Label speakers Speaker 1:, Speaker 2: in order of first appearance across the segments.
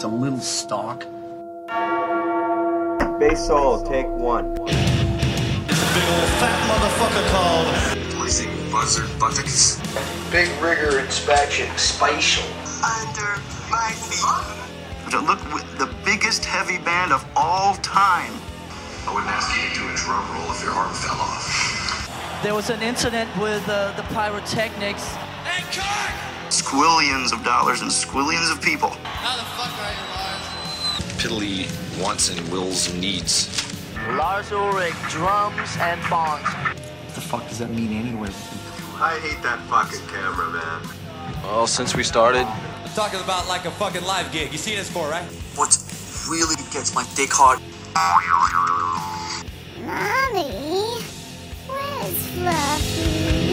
Speaker 1: It's a little stalk.
Speaker 2: Base Soul, take one.
Speaker 3: It's a big old fat motherfucker called.
Speaker 4: What is it? Buzzer buttons?
Speaker 5: Big rigor inspection, spatial.
Speaker 6: Under my feet.
Speaker 7: To look with the biggest heavy band of all time.
Speaker 4: I wouldn't ask you to do a drum roll if your arm fell off.
Speaker 8: There was an incident with uh, the pyrotechnics.
Speaker 9: And cut!
Speaker 7: Squillions of dollars and squillions of people.
Speaker 9: How the fuck are you, Lars?
Speaker 4: Piddly wants and wills and needs.
Speaker 10: Lars Ulrich, drums and bongs.
Speaker 11: What the fuck does that mean anyway?
Speaker 12: I hate that fucking camera, man.
Speaker 13: Well, since we started.
Speaker 3: I'm talking about like a fucking live gig. You see this for, right?
Speaker 14: What really gets my dick hard.
Speaker 15: Mommy, where's Fluffy?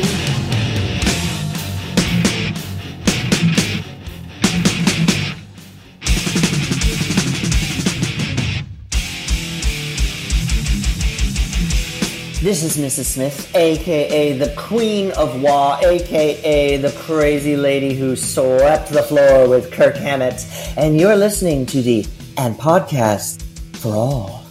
Speaker 16: This is Mrs. Smith, aka the Queen of Wah, aka the crazy lady who swept the floor with Kirk Hammett, and you're listening to the and podcast for all.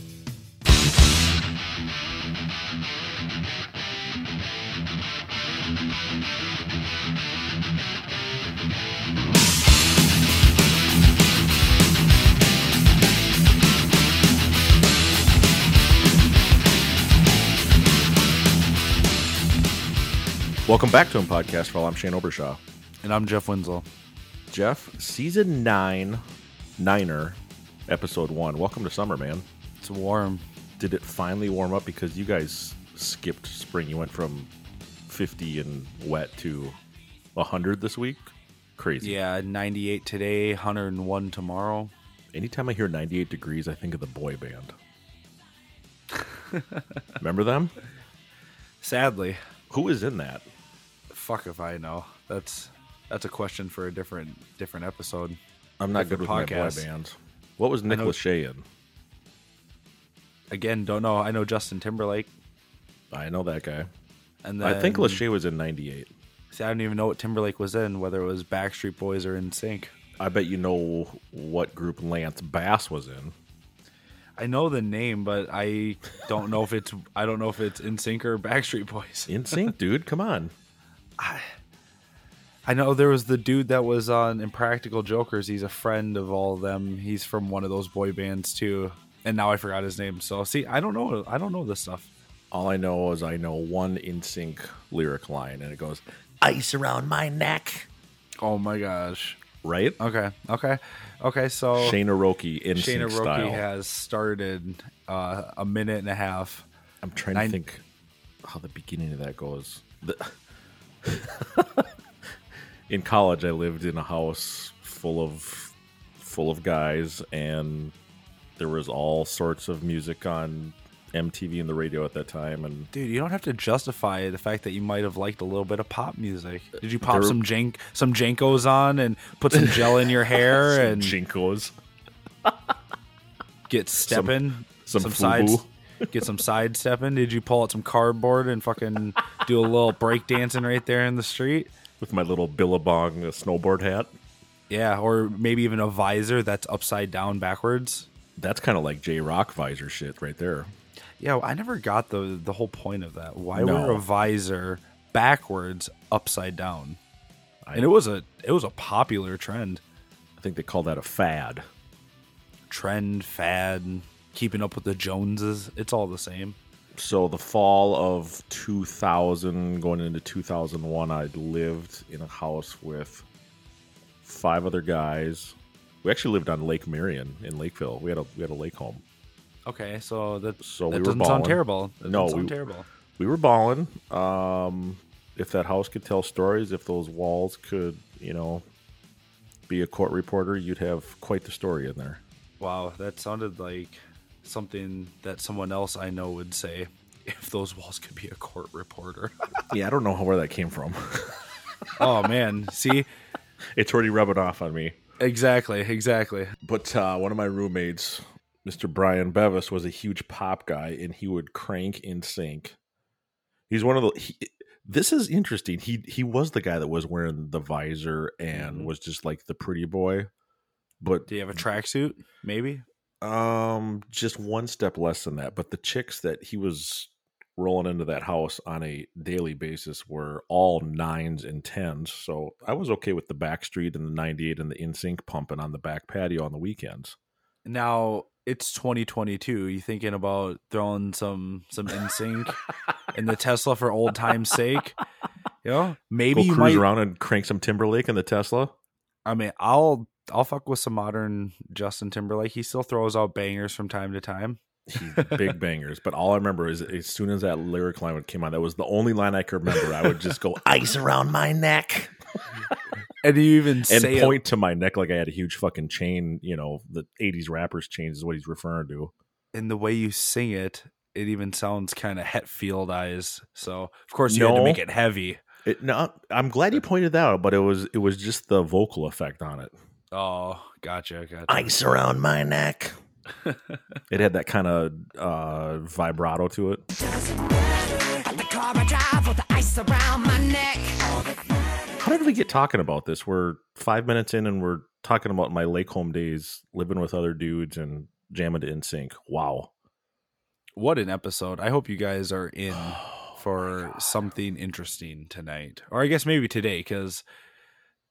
Speaker 17: Welcome back to Him Podcast. Well, I'm Shane Obershaw.
Speaker 18: And I'm Jeff Winslow.
Speaker 17: Jeff, season nine, Niner, episode one. Welcome to summer, man.
Speaker 18: It's warm.
Speaker 17: Did it finally warm up because you guys skipped spring? You went from 50 and wet to 100 this week? Crazy.
Speaker 18: Yeah, 98 today, 101 tomorrow.
Speaker 17: Anytime I hear 98 degrees, I think of the boy band. Remember them?
Speaker 18: Sadly.
Speaker 17: Who is in that?
Speaker 18: Fuck if I know. That's that's a question for a different different episode.
Speaker 17: I'm not good with podcast. my boy bands. What was Nicholas Shea in?
Speaker 18: Again, don't know. I know Justin Timberlake.
Speaker 17: I know that guy. And then, I think Lachey was in '98.
Speaker 18: See, I don't even know what Timberlake was in, whether it was Backstreet Boys or In Sync.
Speaker 17: I bet you know what group Lance Bass was in.
Speaker 18: I know the name, but I don't know if it's I don't know if it's In Sync or Backstreet Boys.
Speaker 17: In Sync, dude, come on.
Speaker 18: I, I know there was the dude that was on Impractical Jokers. He's a friend of all of them. He's from one of those boy bands too. And now I forgot his name. So see, I don't know. I don't know this stuff.
Speaker 17: All I know is I know one in sync lyric line, and it goes "ice around my neck."
Speaker 18: Oh my gosh!
Speaker 17: Right?
Speaker 18: Okay. Okay. Okay. So
Speaker 17: Shana Roki in Shana Roki style.
Speaker 18: has started uh, a minute and a half.
Speaker 17: I'm trying Nine- to think how the beginning of that goes. The- in college I lived in a house full of full of guys and there was all sorts of music on MTV and the radio at that time and
Speaker 18: dude you don't have to justify the fact that you might have liked a little bit of pop music did you pop there, some jank some jankos on and put some gel in your hair and
Speaker 17: jinkos
Speaker 18: get stepping
Speaker 17: some, some, some side
Speaker 18: get some sidestepping did you pull out some cardboard and fucking do a little break dancing right there in the street
Speaker 17: with my little billabong uh, snowboard hat.
Speaker 18: Yeah, or maybe even a visor that's upside down backwards.
Speaker 17: That's kind of like J Rock visor shit right there.
Speaker 18: Yeah, I never got the the whole point of that. Why no. wear a visor backwards upside down? I, and it was a it was a popular trend.
Speaker 17: I think they call that a fad.
Speaker 18: Trend, fad, keeping up with the Joneses, it's all the same
Speaker 17: so the fall of 2000 going into 2001 i lived in a house with five other guys we actually lived on lake marion in lakeville we had a we had a lake home
Speaker 18: okay so that so that we doesn't sound terrible that
Speaker 17: no
Speaker 18: sound
Speaker 17: we,
Speaker 18: terrible
Speaker 17: we were balling um, if that house could tell stories if those walls could you know be a court reporter you'd have quite the story in there
Speaker 18: wow that sounded like something that someone else I know would say if those walls could be a court reporter.
Speaker 17: yeah, I don't know where that came from.
Speaker 18: oh man, see,
Speaker 17: it's already rubbing off on me.
Speaker 18: Exactly, exactly.
Speaker 17: But uh, one of my roommates, Mr. Brian Bevis, was a huge pop guy, and he would crank in sync. He's one of the. He, this is interesting. He he was the guy that was wearing the visor and mm-hmm. was just like the pretty boy. But
Speaker 18: do you have a tracksuit? Maybe.
Speaker 17: Um, just one step less than that. But the chicks that he was rolling into that house on a daily basis were all nines and tens. So I was okay with the Backstreet and the 98 and the InSync pumping on the back patio on the weekends.
Speaker 18: Now it's 2022. You thinking about throwing some some InSync in the Tesla for old time's sake? You know, maybe
Speaker 17: Go
Speaker 18: you
Speaker 17: cruise
Speaker 18: might.
Speaker 17: around and crank some Timberlake in the Tesla.
Speaker 18: I mean, I'll I'll fuck with some modern Justin Timberlake. He still throws out bangers from time to time.
Speaker 17: He's big bangers. But all I remember is as soon as that lyric line came on, that was the only line I could remember. I would just go ice around my neck.
Speaker 18: And you even
Speaker 17: and
Speaker 18: say
Speaker 17: point
Speaker 18: it.
Speaker 17: to my neck like I had a huge fucking chain, you know, the eighties rappers chain is what he's referring to.
Speaker 18: And the way you sing it, it even sounds kind of Hetfield eyes. So of course you no, had to make it heavy.
Speaker 17: It, no, I'm glad you pointed that out, but it was it was just the vocal effect on it.
Speaker 18: Oh, gotcha, gotcha.
Speaker 17: Ice around my neck. it had that kind of uh, vibrato to it. How did we get talking about this? We're five minutes in and we're talking about my lake home days, living with other dudes and jamming to sync. Wow.
Speaker 18: What an episode. I hope you guys are in oh, for something interesting tonight. Or I guess maybe today, because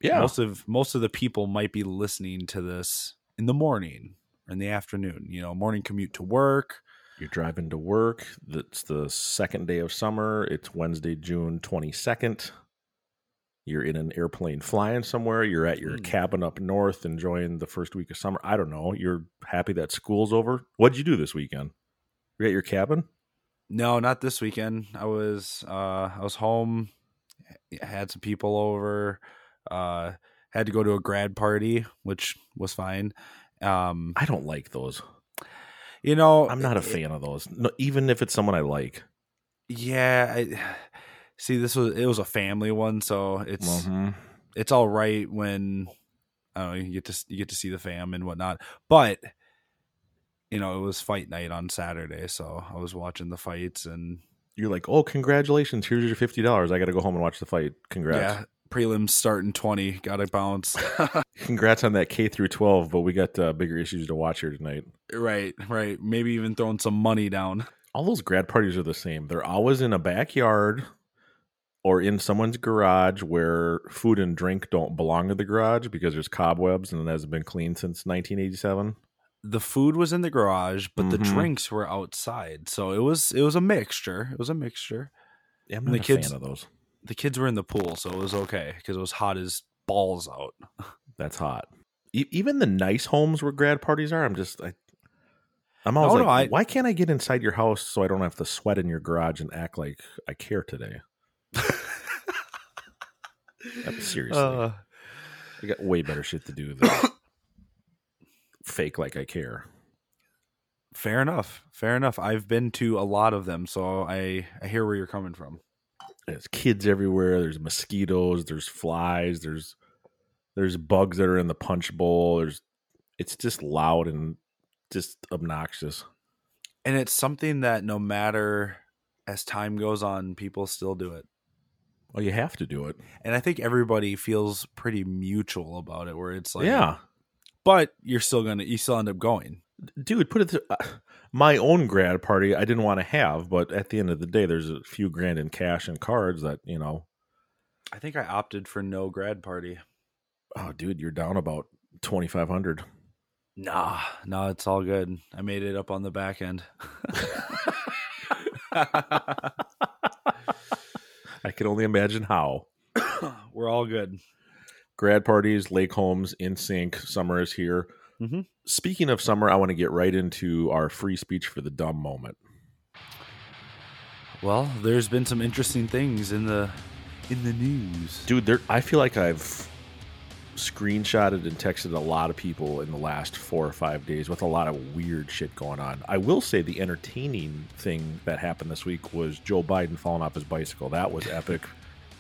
Speaker 18: yeah. most of most of the people might be listening to this in the morning in the afternoon. You know, morning commute to work.
Speaker 17: You're driving to work. It's the second day of summer. It's Wednesday, June 22nd. You're in an airplane flying somewhere. You're at your mm. cabin up north enjoying the first week of summer. I don't know. You're happy that school's over. What'd you do this weekend? You're at your cabin?
Speaker 18: No, not this weekend. I was uh I was home, eh, had some people over, uh had to go to a grad party, which was fine. Um,
Speaker 17: I don't like those.
Speaker 18: You know,
Speaker 17: I'm not a Oh, it, fan of those. No, even if it's someone I like.
Speaker 18: Yeah, I, see. This was it was a family one, so it's
Speaker 17: hmm.
Speaker 18: mm-hmm. it's all right when I don't know you get to you get to see the fam and whatnot. But you know, it was fight night on Saturday, so I was watching the fights, and
Speaker 17: you're like, "Oh, congratulations! Here's your fifty dollars. I got to go home and watch the fight. Congrats." Yeah
Speaker 18: prelims starting 20 gotta bounce
Speaker 17: congrats on that k through 12 but we got uh, bigger issues to watch here tonight
Speaker 18: right right maybe even throwing some money down
Speaker 17: all those grad parties are the same they're always in a backyard or in someone's garage where food and drink don't belong in the garage because there's cobwebs and it hasn't been cleaned since 1987
Speaker 18: the food was in the garage but mm-hmm. the drinks were outside so it was it was a mixture it was a mixture
Speaker 17: yeah, i'm not and the a kids, fan of those
Speaker 18: the kids were in the pool, so it was okay because it was hot as balls out.
Speaker 17: That's hot. E- even the nice homes where grad parties are, I'm just, I, am always Oh, no, like, no, I, why can't I get inside your house so I don't have to sweat in your garage and act like I care today? seriously, uh, I got way better shit to do than fake like I care.
Speaker 18: Fair enough. Fair enough. I've been to a lot of them, so I, I hear where you're coming from
Speaker 17: there's kids everywhere there's mosquitoes there's flies there's there's bugs that are in the punch bowl there's it's just loud and just obnoxious
Speaker 18: and it's something that no matter as time goes on people still do it
Speaker 17: well you have to do it
Speaker 18: and i think everybody feels pretty mutual about it where it's like
Speaker 17: yeah
Speaker 18: but you're still gonna you still end up going
Speaker 17: dude put it through my own grad party I didn't want to have, but at the end of the day, there's a few grand in cash and cards that you know.
Speaker 18: I think I opted for no grad party.
Speaker 17: Oh, dude, you're down about twenty five hundred.
Speaker 18: Nah, nah, it's all good. I made it up on the back end.
Speaker 17: I can only imagine how.
Speaker 18: We're all good.
Speaker 17: Grad parties, Lake Homes, in sync. Summer is here. Mm-hmm. Speaking of summer, I want to get right into our free speech for the dumb moment.
Speaker 18: Well, there's been some interesting things in the in the news,
Speaker 17: dude. There, I feel like I've screenshotted and texted a lot of people in the last four or five days with a lot of weird shit going on. I will say the entertaining thing that happened this week was Joe Biden falling off his bicycle. That was epic.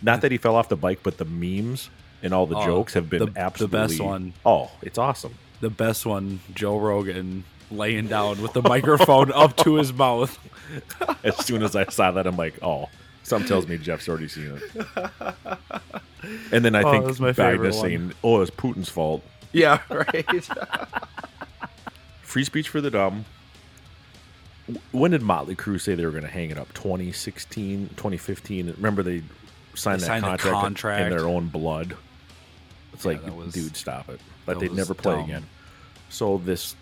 Speaker 17: Not that he fell off the bike, but the memes and all the oh, jokes have been
Speaker 18: the,
Speaker 17: absolutely
Speaker 18: the best one.
Speaker 17: Oh, it's awesome
Speaker 18: the best one, Joe Rogan laying down with the microphone up to his mouth.
Speaker 17: as soon as I saw that, I'm like, oh, something tells me Jeff's already seen it. And then I oh, think Biden is saying, oh, it's Putin's fault.
Speaker 18: yeah, right.
Speaker 17: Free speech for the dumb. When did Motley Crue say they were going to hang it up? 2016, 2015. Remember they signed, they that signed contract, contract, in their own blood. It's yeah, like, was, dude, stop it. Like they'd never play dumb. again. So this,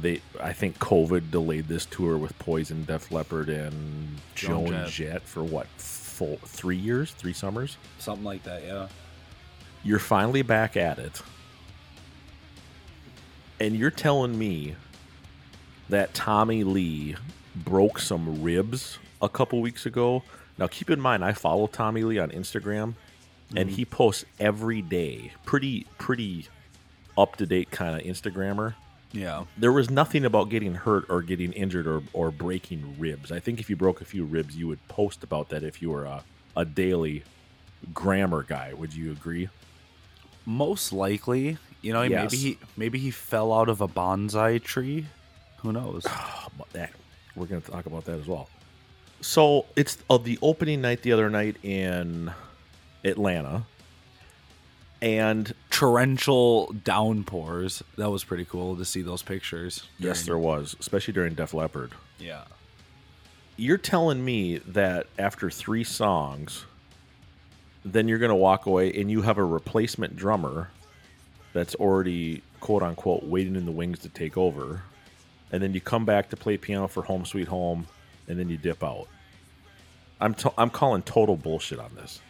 Speaker 17: they, I think COVID delayed this tour with Poison, Def Leppard, and Joan, Joan Jett. Jett for what full three years, three summers,
Speaker 18: something like that. Yeah.
Speaker 17: You're finally back at it, and you're telling me that Tommy Lee broke some ribs a couple weeks ago. Now, keep in mind, I follow Tommy Lee on Instagram, mm-hmm. and he posts every day. Pretty, pretty up to date kind of Instagrammer.
Speaker 18: Yeah.
Speaker 17: There was nothing about getting hurt or getting injured or, or breaking ribs. I think if you broke a few ribs, you would post about that if you were a, a daily grammar guy. Would you agree?
Speaker 18: Most likely. You know, yes. maybe he maybe he fell out of a bonsai tree. Who knows? Oh,
Speaker 17: Ah, that we're going to talk about that as well. So it's of the opening night the other night in Atlanta, and
Speaker 18: torrential downpours. That was pretty cool to see those pictures.
Speaker 17: During... Yes, there was, especially during Def Leppard.
Speaker 18: Yeah.
Speaker 17: You're telling me that after three songs, then you're going to walk away and you have a replacement drummer that's already quote unquote waiting in the wings to take over, and then you come back to play piano for Home Sweet Home and then you dip out. I'm to- I'm calling total bullshit on this.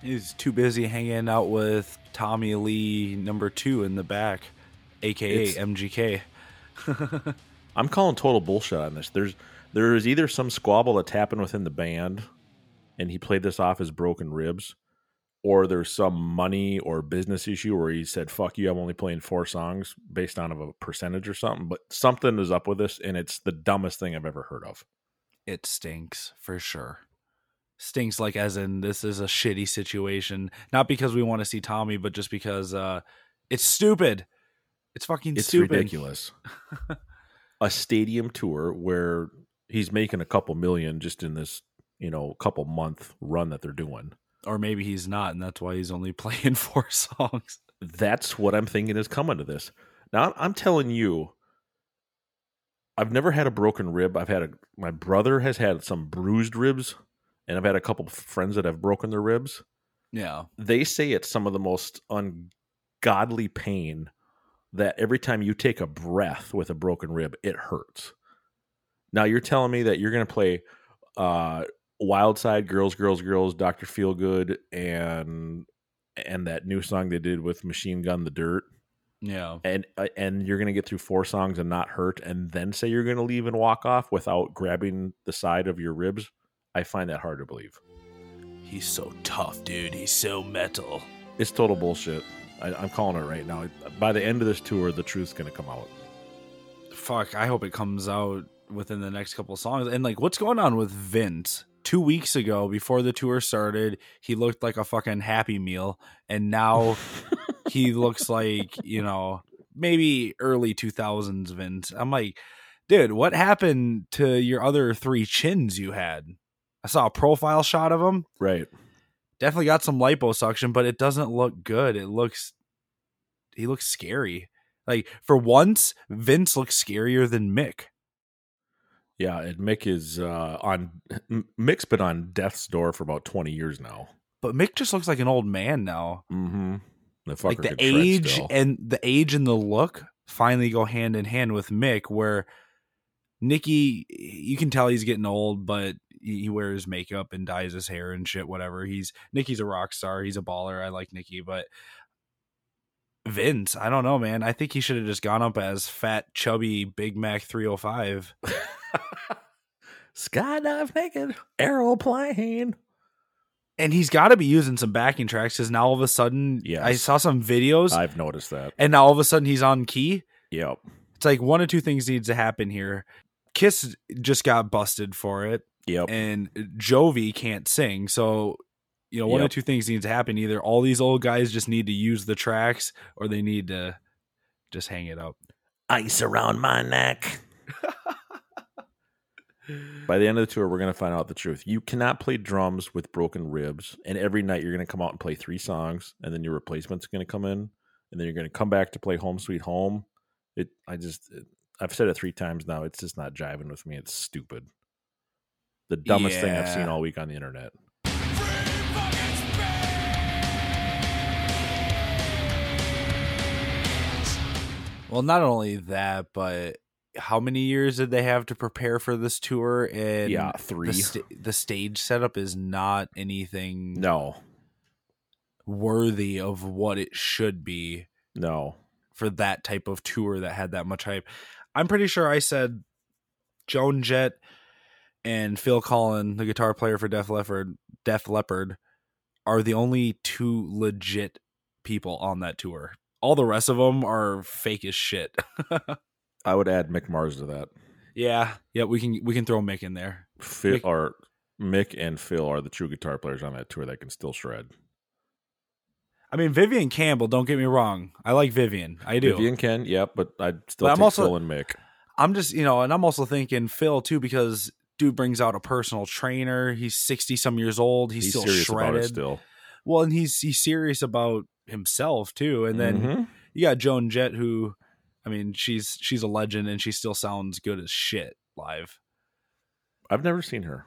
Speaker 18: He's too busy hanging out with Tommy Lee number two in the back, aka it's, MGK.
Speaker 17: I'm calling total bullshit on this. There's there is either some squabble that's happened within the band, and he played this off as broken ribs, or there's some money or business issue where he said "fuck you," I'm only playing four songs based on of a percentage or something. But something is up with this, and it's the dumbest thing I've ever heard of
Speaker 18: it stinks for sure. Stinks like as in this is a shitty situation. Not because we want to see Tommy, but just because uh it's stupid. It's fucking
Speaker 17: it's
Speaker 18: stupid.
Speaker 17: ridiculous. a stadium tour where he's making a couple million just in this, you know, couple month run that they're doing.
Speaker 18: Or maybe he's not, and that's why he's only playing four songs.
Speaker 17: That's what I'm thinking is coming to this. Now I'm telling you, I've never had a broken rib. I've had a my brother has had some bruised ribs, and I've had a couple friends that have broken their ribs.
Speaker 18: Yeah,
Speaker 17: they say it's some of the most ungodly pain that every time you take a breath with a broken rib, it hurts. Now you're telling me that you're going to play uh, Wild Side, Girls, Girls, Girls, Doctor Feelgood, and and that new song they did with Machine Gun, The Dirt.
Speaker 18: Yeah.
Speaker 17: And uh, and you're going to get through four songs and not hurt and then say you're going to leave and walk off without grabbing the side of your ribs. I find that hard to believe.
Speaker 18: He's so tough, dude. He's so metal.
Speaker 17: It's total bullshit. I, am calling it right now. By the end of this tour, the truth's going to come out.
Speaker 18: Fuck, I hope it comes out within the next couple songs. And like what's going on with Vince? 2 weeks ago before the tour started, he looked like a fucking happy meal and now he looks like you know maybe early 2000s vince i'm like dude what happened to your other three chins you had i saw a profile shot of him
Speaker 17: right
Speaker 18: definitely got some liposuction but it doesn't look good it looks he looks scary like for once vince looks scarier than mick
Speaker 17: yeah and mick is uh on mick's been on death's door for about 20 years now
Speaker 18: but mick just looks like an old man now
Speaker 17: mm-hmm
Speaker 18: the like the age and the age and the look finally go hand in hand with Mick, where Nikki, you can tell he's getting old, but he wears makeup and dyes his hair and shit, whatever. He's Nikki's a rock star. He's a baller. I like Nikki, but Vince, I don't know, man. I think he should have just gone up as fat, chubby Big Mac 305.
Speaker 17: Skydive naked, aeroplane
Speaker 18: and he's got to be using some backing tracks because now all of a sudden, yeah, I saw some videos.
Speaker 17: I've noticed that,
Speaker 18: and now all of a sudden he's on key.
Speaker 17: Yep,
Speaker 18: it's like one or two things needs to happen here. Kiss just got busted for it.
Speaker 17: Yep,
Speaker 18: and Jovi can't sing, so you know one yep. or two things needs to happen. Either all these old guys just need to use the tracks, or they need to just hang it up.
Speaker 17: Ice around my neck. By the end of the tour, we're going to find out the truth. You cannot play drums with broken ribs, and every night you're going to come out and play three songs, and then your replacement's going to come in, and then you're going to come back to play Home Sweet Home. It, I just, it, I've said it three times now. It's just not jiving with me. It's stupid. The dumbest yeah. thing I've seen all week on the internet.
Speaker 18: Well, not only that, but how many years did they have to prepare for this tour? And
Speaker 17: yeah, three.
Speaker 18: The, st- the stage setup is not anything.
Speaker 17: No.
Speaker 18: Worthy of what it should be.
Speaker 17: No.
Speaker 18: For that type of tour that had that much hype, I'm pretty sure I said Joan Jett and Phil Collin, the guitar player for Def Leppard, Def Leppard, are the only two legit people on that tour. All the rest of them are fake as shit.
Speaker 17: I would add Mick Mars to that.
Speaker 18: Yeah, yeah, we can we can throw Mick in there.
Speaker 17: Phil Mick, are Mick and Phil are the true guitar players on that tour that can still shred.
Speaker 18: I mean Vivian Campbell. Don't get me wrong. I like Vivian. I do.
Speaker 17: Vivian can, yeah, but I still but I'm also, Phil and Mick.
Speaker 18: I'm just you know, and I'm also thinking Phil too because dude brings out a personal trainer. He's sixty some years old. He's, he's still shredded.
Speaker 17: still.
Speaker 18: Well, and he's he's serious about himself too. And then mm-hmm. you got Joan Jett who I mean, she's she's a legend and she still sounds good as shit live.
Speaker 17: I've never seen her.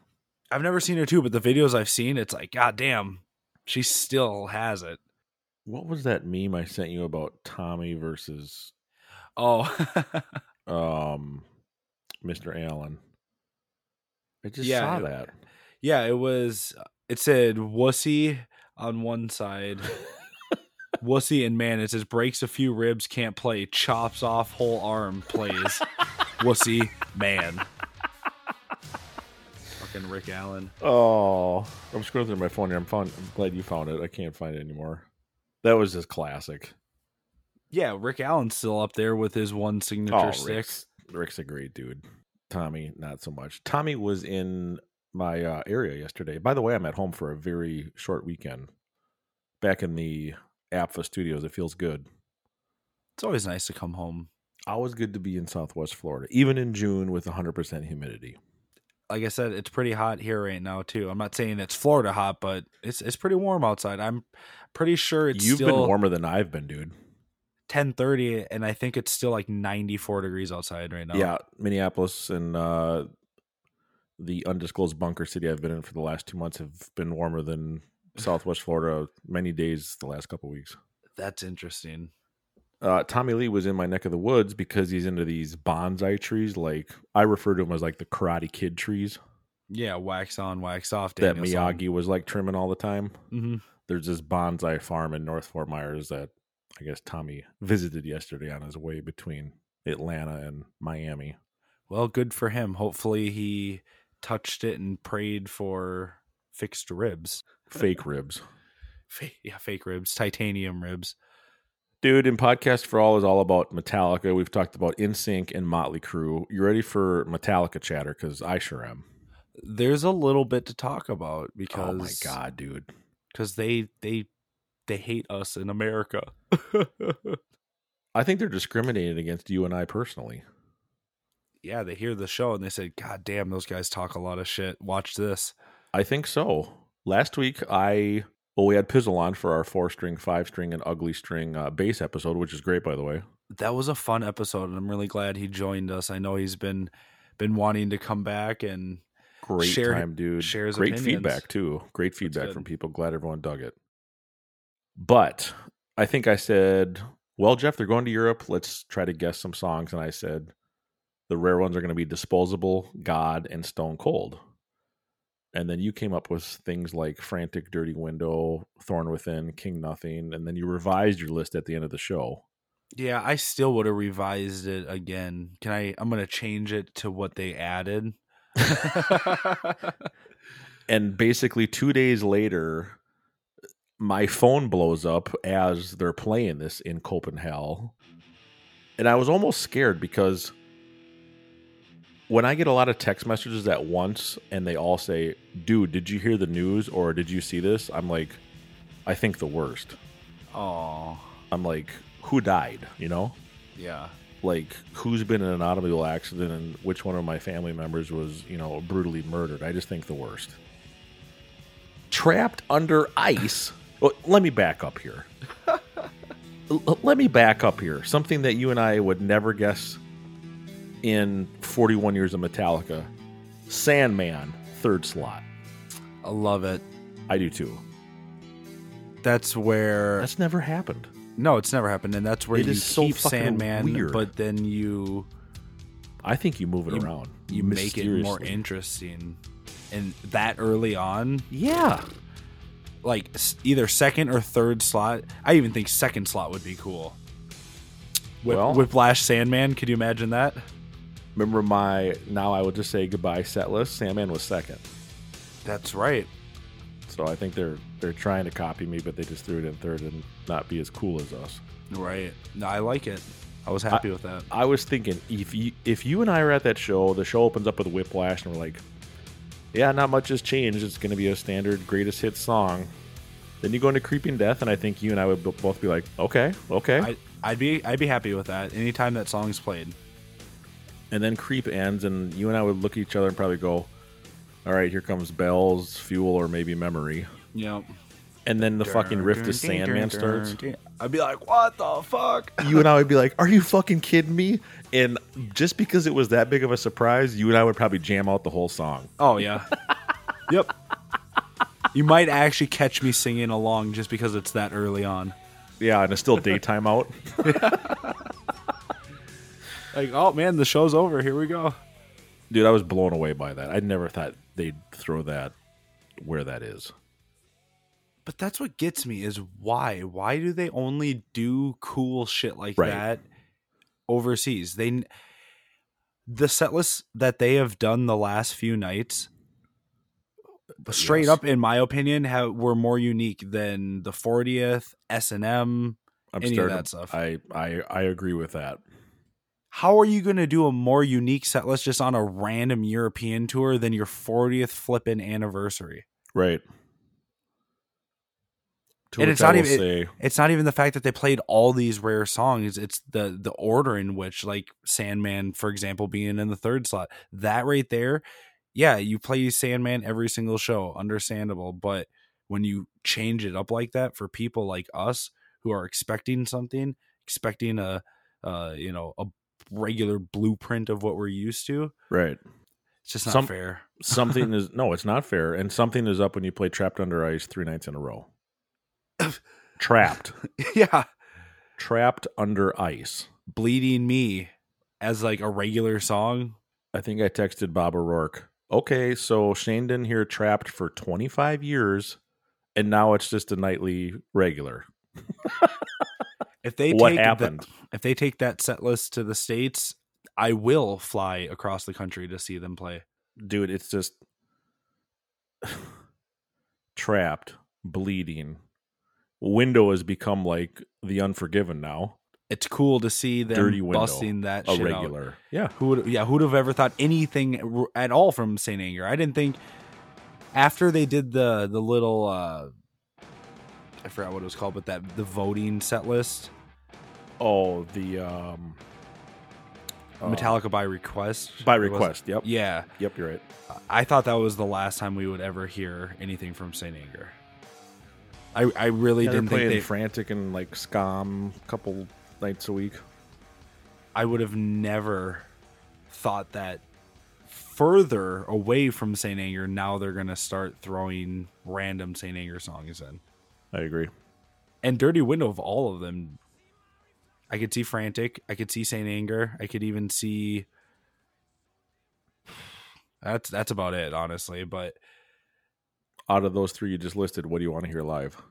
Speaker 18: I've never seen her too, but the videos I've seen, it's like, god damn, she still has it.
Speaker 17: What was that meme I sent you about Tommy versus
Speaker 18: Oh
Speaker 17: um Mr. Allen? I just yeah, saw
Speaker 18: it,
Speaker 17: that.
Speaker 18: Yeah, it was uh, it said wussy on one side. wussy and man it says breaks a few ribs can't play chops off whole arm plays wussy man fucking rick allen
Speaker 17: oh i'm scrolling through my phone here i'm, found, I'm glad you found it i can't find it anymore that was just classic
Speaker 18: yeah rick allen's still up there with his one signature oh, stick
Speaker 17: rick's, rick's a great dude tommy not so much tommy was in my uh, area yesterday by the way i'm at home for a very short weekend back in the APFA Studios. It feels good.
Speaker 18: It's always nice to come home.
Speaker 17: Always good to be in Southwest Florida, even in June with 100% humidity.
Speaker 18: Like I said, it's pretty hot here right now too. I'm not saying it's Florida hot, but it's it's pretty warm outside. I'm pretty sure it's
Speaker 17: you've been warmer than I've been, dude.
Speaker 18: 10:30, and I think it's still like 94 degrees outside right now.
Speaker 17: Yeah, Minneapolis and uh, the undisclosed bunker city I've been in for the last two months have been warmer than Southwest Florida many days the last couple weeks.
Speaker 18: That's interesting.
Speaker 17: Uh, Tommy Lee was in my neck of the woods because he's into these bonsai trees. Like I refer to them as like the Karate Kid trees.
Speaker 18: Yeah, wax on, wax off.
Speaker 17: Daniel that Miyagi song. was like trimming all the time.
Speaker 18: Mm-hmm.
Speaker 17: There's this bonsai farm in North Fort Myers that I guess Tommy visited yesterday on his way between Atlanta and Miami.
Speaker 18: Well, good for him. Hopefully, he touched it and prayed for fixed ribs
Speaker 17: fake ribs.
Speaker 18: Fake, yeah, fake ribs, titanium ribs.
Speaker 17: Dude, and podcast for all is all about Metallica. We've talked about InSync and Motley Crue. You ready for Metallica chatter? Because I sure am. Oh
Speaker 18: There's a little bit to talk about because oh
Speaker 17: my god, dude,
Speaker 18: because they they they hate us in America.
Speaker 17: I think they're discriminated against you and I personally.
Speaker 18: Yeah, they hear the show and they said, "God damn, those guys talk a lot of shit." Watch this.
Speaker 17: I think so last week i well we had pizzle on for our four string five string and ugly string uh, bass episode which is great by the way
Speaker 18: that was a fun episode and i'm really glad he joined us i know he's been been wanting to come back and
Speaker 17: great
Speaker 18: share,
Speaker 17: time dude
Speaker 18: shares
Speaker 17: great
Speaker 18: opinions.
Speaker 17: feedback too great feedback from people glad everyone dug it but i think i said well jeff they're going to europe let's try to guess some songs and i said the rare ones are going to be disposable god and stone cold and then you came up with things like frantic dirty window thorn within king nothing and then you revised your list at the end of the show
Speaker 18: yeah i still would have revised it again can i i'm gonna change it to what they added
Speaker 17: and basically two days later my phone blows up as they're playing this in copenhagen and i was almost scared because when I get a lot of text messages at once and they all say, dude, did you hear the news or did you see this? I'm like, I think the worst.
Speaker 18: Oh.
Speaker 17: I'm like, who died? You know?
Speaker 18: Yeah.
Speaker 17: Like, who's been in an automobile accident and which one of my family members was, you know, brutally murdered? I just think the worst. Trapped under ice. well, let me back up here. l- let me back up here. Something that you and I would never guess in 41 years of Metallica. Sandman, third slot.
Speaker 18: I love it.
Speaker 17: I do too.
Speaker 18: That's where
Speaker 17: That's never happened.
Speaker 18: No, it's never happened and that's where
Speaker 17: It
Speaker 18: you
Speaker 17: is so
Speaker 18: keep
Speaker 17: fucking
Speaker 18: Sandman
Speaker 17: weird.
Speaker 18: but then you
Speaker 17: I think you move it
Speaker 18: you-
Speaker 17: around.
Speaker 18: You make it more
Speaker 17: mysteriously.
Speaker 18: interesting and that early on.
Speaker 17: Yeah.
Speaker 18: Like s- either second or third slot. I even think second slot would be cool. Whip,
Speaker 17: Well-
Speaker 18: Whiplash Sandman, could you imagine that?
Speaker 17: Remember my now I will just say goodbye set list. Sandman was second,
Speaker 18: That's right.
Speaker 17: so I think they're they're trying to copy me, but they just threw it in third and not be as cool as us.
Speaker 18: Right. No, I like it. I was happy with that.
Speaker 17: I was thinking if you if you and I are at that show, the show opens up with Whiplash, and we're like, yeah, not much has changed. It's going to be a standard greatest hit song. Then you go into Creeping Death, and I think you and I would b- both be like, okay, okay.
Speaker 18: I, I'd be I'd be happy with that. Anytime that song's played.
Speaker 17: and then Creep ends, and you and I would look at each other and probably go, all right, here comes Bells, Fuel, or maybe Memory.
Speaker 18: Yep.
Speaker 17: And then the fucking riff to Sandman starts.
Speaker 18: I'd be like, what the fuck?
Speaker 17: you and I would be like, "Are you fucking kidding me?" And just because it was that big of a surprise, you and I would probably jam out the whole song.
Speaker 18: Oh yeah. yep. You might actually catch me singing along just because it's that early on.
Speaker 17: Yeah, and it's still daytime out.
Speaker 18: Like, oh man, the show's over. Here we go.
Speaker 17: Dude, I was blown away by that. I never thought they'd throw that where that is.
Speaker 18: But that's what gets me is why? Why do they only do cool shit like
Speaker 17: Right.
Speaker 18: that overseas? They the set list that they have done the last few nights uh, straight
Speaker 17: yes.
Speaker 18: up in my opinion have, were more unique than the 40th S&M
Speaker 17: I'm
Speaker 18: Any of
Speaker 17: starting
Speaker 18: that stuff.
Speaker 17: I, I I agree with that.
Speaker 18: how are you going to do a more unique set list just on a random European tour than your 40th flippin' anniversary?
Speaker 17: Right. To
Speaker 18: And
Speaker 17: which
Speaker 18: it's not
Speaker 17: I will
Speaker 18: even-
Speaker 17: say,
Speaker 18: It's not even the fact that they played all these rare songs. It's the the order in which, like Sandman, for example, being in the third slot. That right there, yeah, you play Sandman every single show, understandable. But when you change it up like that for people like us who are expecting something, expecting a, uh, you know, a regular blueprint of what we're used to,
Speaker 17: right.
Speaker 18: it's just not
Speaker 17: Some-
Speaker 18: fair.
Speaker 17: Something is no, it's not fair, and something is up when you play Trapped Under Ice three nights in a row. Trapped,
Speaker 18: yeah,
Speaker 17: Trapped Under Ice.
Speaker 18: bleeding me as like a regular song.
Speaker 17: I think I texted Bob O'Rourke. Okay, so Shandon here trapped for 25 years, and now it's just a nightly regular.
Speaker 18: If they
Speaker 17: what
Speaker 18: take
Speaker 17: happened?
Speaker 18: The, if they take that set list to the states, I will fly across the country to see them play.
Speaker 17: Dude, it's just trapped, bleeding. Window has become like the Unforgiven now.
Speaker 18: It's cool to see them
Speaker 17: Dirty window,
Speaker 18: busting that
Speaker 17: A
Speaker 18: shit out.
Speaker 17: regular, yeah.
Speaker 18: Who would yeah, who'd have ever thought anything r- at all from St. Anger? I didn't think after they did the the little uh I forgot what it was called, but that the voting set list,
Speaker 17: Oh, the um, uh,
Speaker 18: Metallica by request.
Speaker 17: by
Speaker 18: it was-
Speaker 17: request. Yep,
Speaker 18: Yeah.
Speaker 17: yep. You're right.
Speaker 18: I thought that was the last time we would ever hear anything from St. Anger. I, I really
Speaker 17: Yeah, they're
Speaker 18: didn't think
Speaker 17: playing
Speaker 18: they.
Speaker 17: frantic and like scum a couple nights a week.
Speaker 18: I would have never thought that further away from St. Anger, now they're going to start throwing random St. Anger songs in.
Speaker 17: I agree.
Speaker 18: And Dirty Window of all of them. I could see Frantic. I could see St. Anger. I could even see. That's that's about it, honestly. But
Speaker 17: out of those three you just listed, what do you want to hear live?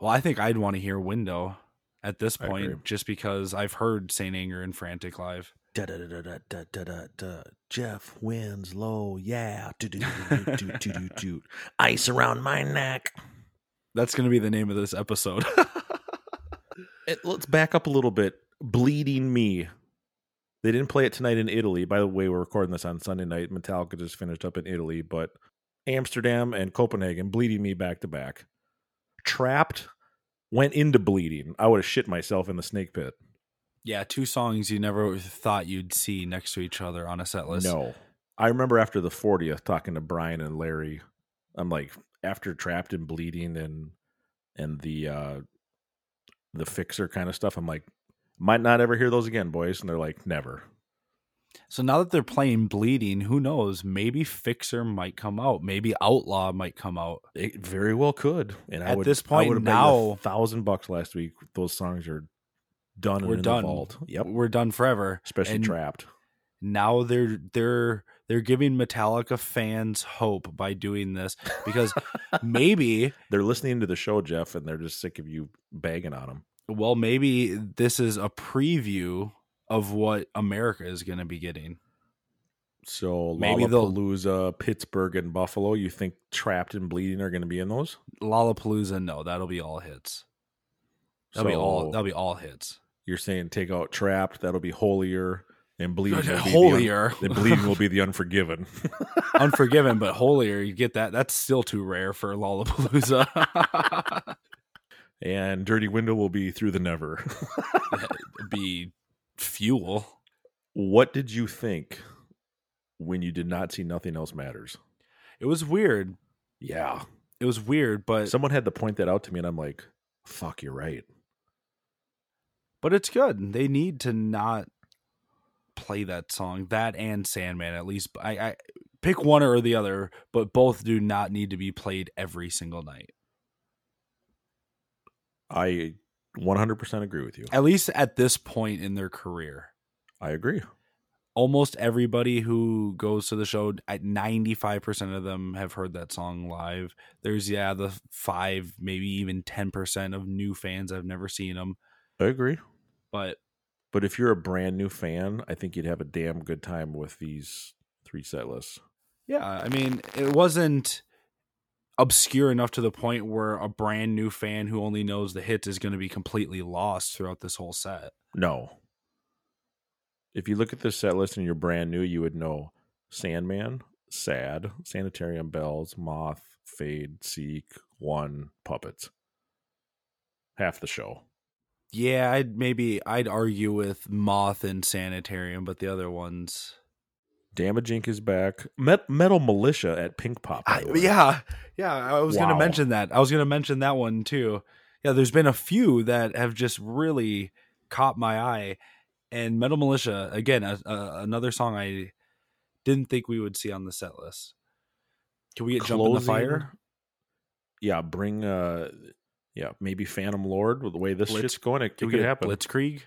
Speaker 18: Well, I think I'd want to hear Window at this
Speaker 17: I agree.
Speaker 18: point, just because I've heard Saint Anger and Frantic live.
Speaker 17: Da da da da da da da da. Jeff Winslow, yeah. Ice around my neck.
Speaker 18: That's gonna be the name of this episode.
Speaker 17: let's back up a little bit. Bleeding Me. They didn't play it tonight in Italy. By the way, we're recording this on Sunday night. Metallica just finished up in Italy, but Amsterdam and Copenhagen, Bleeding Me back to back. Trapped went into bleeding. I would have shit myself in the snake pit.
Speaker 18: yeah, two songs you never thought you'd see next to each other on a set list.
Speaker 17: No. I remember after the 40th talking to Brian and Larry. I'm like after trapped and bleeding and and the uh the fixer kind of stuff. I'm like, might not ever hear those again, boys. And they're like, never.
Speaker 18: So now that they're playing bleeding, who knows? Maybe Fixer might come out. Maybe Outlaw might come out.
Speaker 17: It very well could. And
Speaker 18: at
Speaker 17: would,
Speaker 18: this point now,
Speaker 17: thousand bucks last week. Those songs are done.
Speaker 18: We're done.
Speaker 17: Yep,
Speaker 18: we're done forever.
Speaker 17: Especially and trapped.
Speaker 18: Now they're they're they're giving Metallica fans hope by doing this because maybe
Speaker 17: they're listening to the show, Jeff, and they're just sick of you bagging on them.
Speaker 18: Well, maybe this is a preview of what America is going to be getting.
Speaker 17: So maybe Lollapalooza, Pittsburgh, and Buffalo. You think Trapped and Bleeding are going to be in those?
Speaker 18: Lollapalooza, no, that'll be all hits. That'll so be all. That'll be all hits.
Speaker 17: You're saying take out Trapped. That'll be holier and Bleeding.
Speaker 18: holier.
Speaker 17: The un- Bleeding will be the Unforgiven.
Speaker 18: unforgiven, but holier. You get that? That's still too rare for Lollapalooza.
Speaker 17: and Dirty Window will be through the never.
Speaker 18: be fuel.
Speaker 17: What did you think when you did not see Nothing Else Matters?
Speaker 18: It was weird.
Speaker 17: Yeah.
Speaker 18: It was weird, but
Speaker 17: Uh, someone had to point that out to me, and I'm like, fuck, you're right.
Speaker 18: But it's good. They need to not play that song, that and Sandman, at least. I, I pick one or the other, but both do not need to be played every single night.
Speaker 17: I 100% agree with you.
Speaker 18: At least at this point in their career.
Speaker 17: I agree.
Speaker 18: Almost everybody who goes to the show, at 95% of them have heard that song live. There's, yeah, the five, maybe even 10% of new fans I've never seen them.
Speaker 17: I agree.
Speaker 18: But.
Speaker 17: But if you're a brand new fan, I think you'd have a damn good time with these three set lists.
Speaker 18: Yeah, Uh, I mean, it wasn't obscure enough to the point where a brand new fan who only knows the hits is going to be completely lost throughout this whole set.
Speaker 17: No. If you look at this set list and you're brand new, you would know Sandman, Sad, Sanitarium Bells, Moth, Fade, Seek, One, Puppets. Half the show.
Speaker 18: Yeah, I'd maybe I'd argue with Moth and Sanitarium, but the other ones
Speaker 17: Damagink is back. Met- Metal Militia at Pink Pop.
Speaker 18: I, yeah, yeah. I was wow. going to mention that. I was going to mention that one too. Yeah, there's been a few that have just really caught my eye, and Metal Militia again, a, a, another song I didn't think we would see on the set list. Can we get Closing, Jump in the Fire?
Speaker 17: Yeah, bring. uh Yeah, maybe Phantom Lord. With the way this Blitz, shit's going, it, it could happen.
Speaker 18: Blitzkrieg.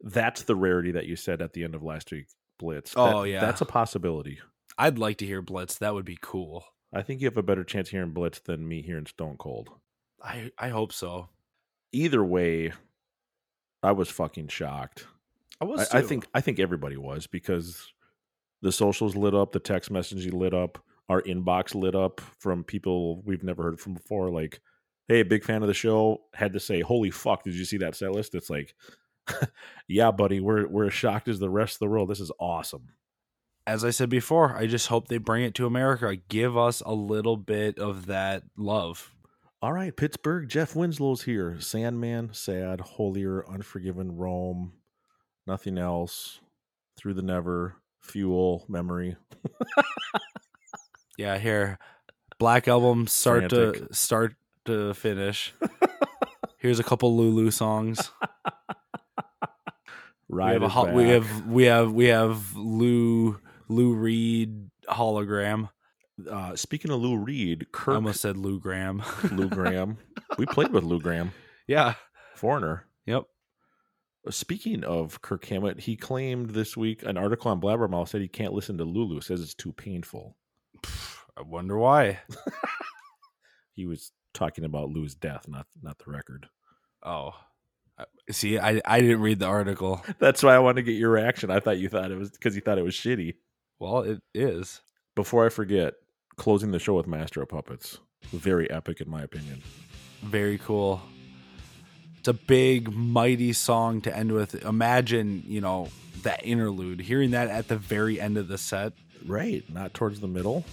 Speaker 17: That's the rarity that you said at the end of last week. Blitz.
Speaker 18: Oh
Speaker 17: that,
Speaker 18: yeah,
Speaker 17: that's a possibility.
Speaker 18: I'd like to hear Blitz. That would be cool.
Speaker 17: I think you have a better chance hearing Blitz than me hearing Stone Cold.
Speaker 18: I I hope so.
Speaker 17: Either way, I was fucking shocked.
Speaker 18: I was.
Speaker 17: I, I think I think everybody was because the socials lit up, the text messaging lit up, our inbox lit up from people we've never heard from before. Like, hey, big fan of the show. Had to say, holy fuck, did you see that set list? It's like, yeah, buddy, we're we're as shocked as the rest of the world. This is awesome.
Speaker 18: As I said before, I just hope they bring it to America. Give us a little bit of that love.
Speaker 17: All right, Pittsburgh, Jeff Winslow's here. Sandman, Sad, Holier, Unforgiven, Rome, nothing else. Through the Never, Fuel, Memory.
Speaker 18: yeah, here. Black album start Frantic. to start to finish. Here's a couple Lulu songs.
Speaker 17: Ride
Speaker 18: we have, ho- we have we have we have Lou Lou Reed hologram.
Speaker 17: Uh, speaking of Lou Reed, Kirk
Speaker 18: I almost said Lou Graham.
Speaker 17: Lou Graham. We played with Lou Graham.
Speaker 18: Yeah.
Speaker 17: Foreigner. Uh,
Speaker 18: Yep.
Speaker 17: Speaking of Kirk Hammett, he claimed this week an article on Blabbermouth said he can't listen to Lulu, says it's too painful.
Speaker 18: I wonder why.
Speaker 17: he was talking about Lou's death, not not the record.
Speaker 18: Oh. See, I I didn't read the article.
Speaker 17: That's why I wanted to get your reaction. I thought you thought it was because you thought it was shitty.
Speaker 18: Well, it is.
Speaker 17: Before I forget, closing the show with Master of Puppets, very epic in my opinion.
Speaker 18: Very cool. It's a big, mighty song to end with. Imagine, you know, that interlude. Hearing that at the very end of the set.
Speaker 17: Right, not towards the middle.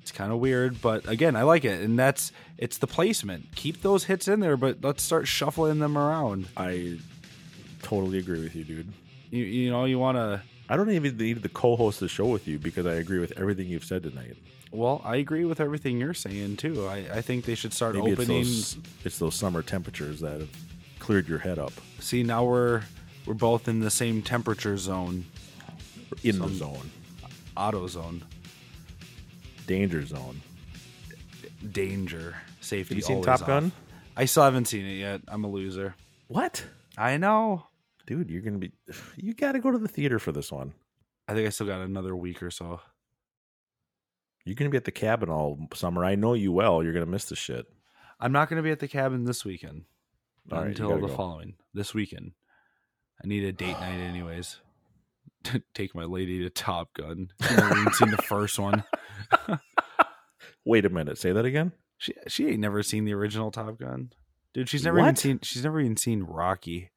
Speaker 18: It's kind of weird, but again, I like it, and that's it's the placement. Keep those hits in there, but let's start shuffling them around.
Speaker 17: I totally agree with you, dude.
Speaker 18: You you know you want to.
Speaker 17: I don't even need to co-host the show with you because I agree with everything you've said tonight.
Speaker 18: Well, I agree with everything you're saying too. I, I think they should start Maybe opening.
Speaker 17: It's those, it's those summer temperatures that have cleared your head up.
Speaker 18: See, now we're we're both in the same temperature zone.
Speaker 17: In Some the zone.
Speaker 18: Auto zone.
Speaker 17: Danger zone.
Speaker 18: Danger. Safety.
Speaker 17: Have you seen Top
Speaker 18: off.
Speaker 17: Gun?
Speaker 18: I still haven't seen it yet. I'm a loser.
Speaker 17: What?
Speaker 18: I know.
Speaker 17: Dude, you're gonna be you gotta go to the theater for this one.
Speaker 18: I think I still got another week or so.
Speaker 17: You're gonna be at the cabin all summer. I know you well. You're gonna miss the shit.
Speaker 18: I'm not gonna be at the cabin this weekend.
Speaker 17: All
Speaker 18: until
Speaker 17: right,
Speaker 18: the
Speaker 17: go.
Speaker 18: following. This weekend. I need a date night anyways. Take my lady to Top Gun. She's never even seen the first one.
Speaker 17: Wait a minute. Say that again.
Speaker 18: She she ain't never seen the original Top Gun. Dude, she's never even
Speaker 17: What?
Speaker 18: seen she's never even seen Rocky.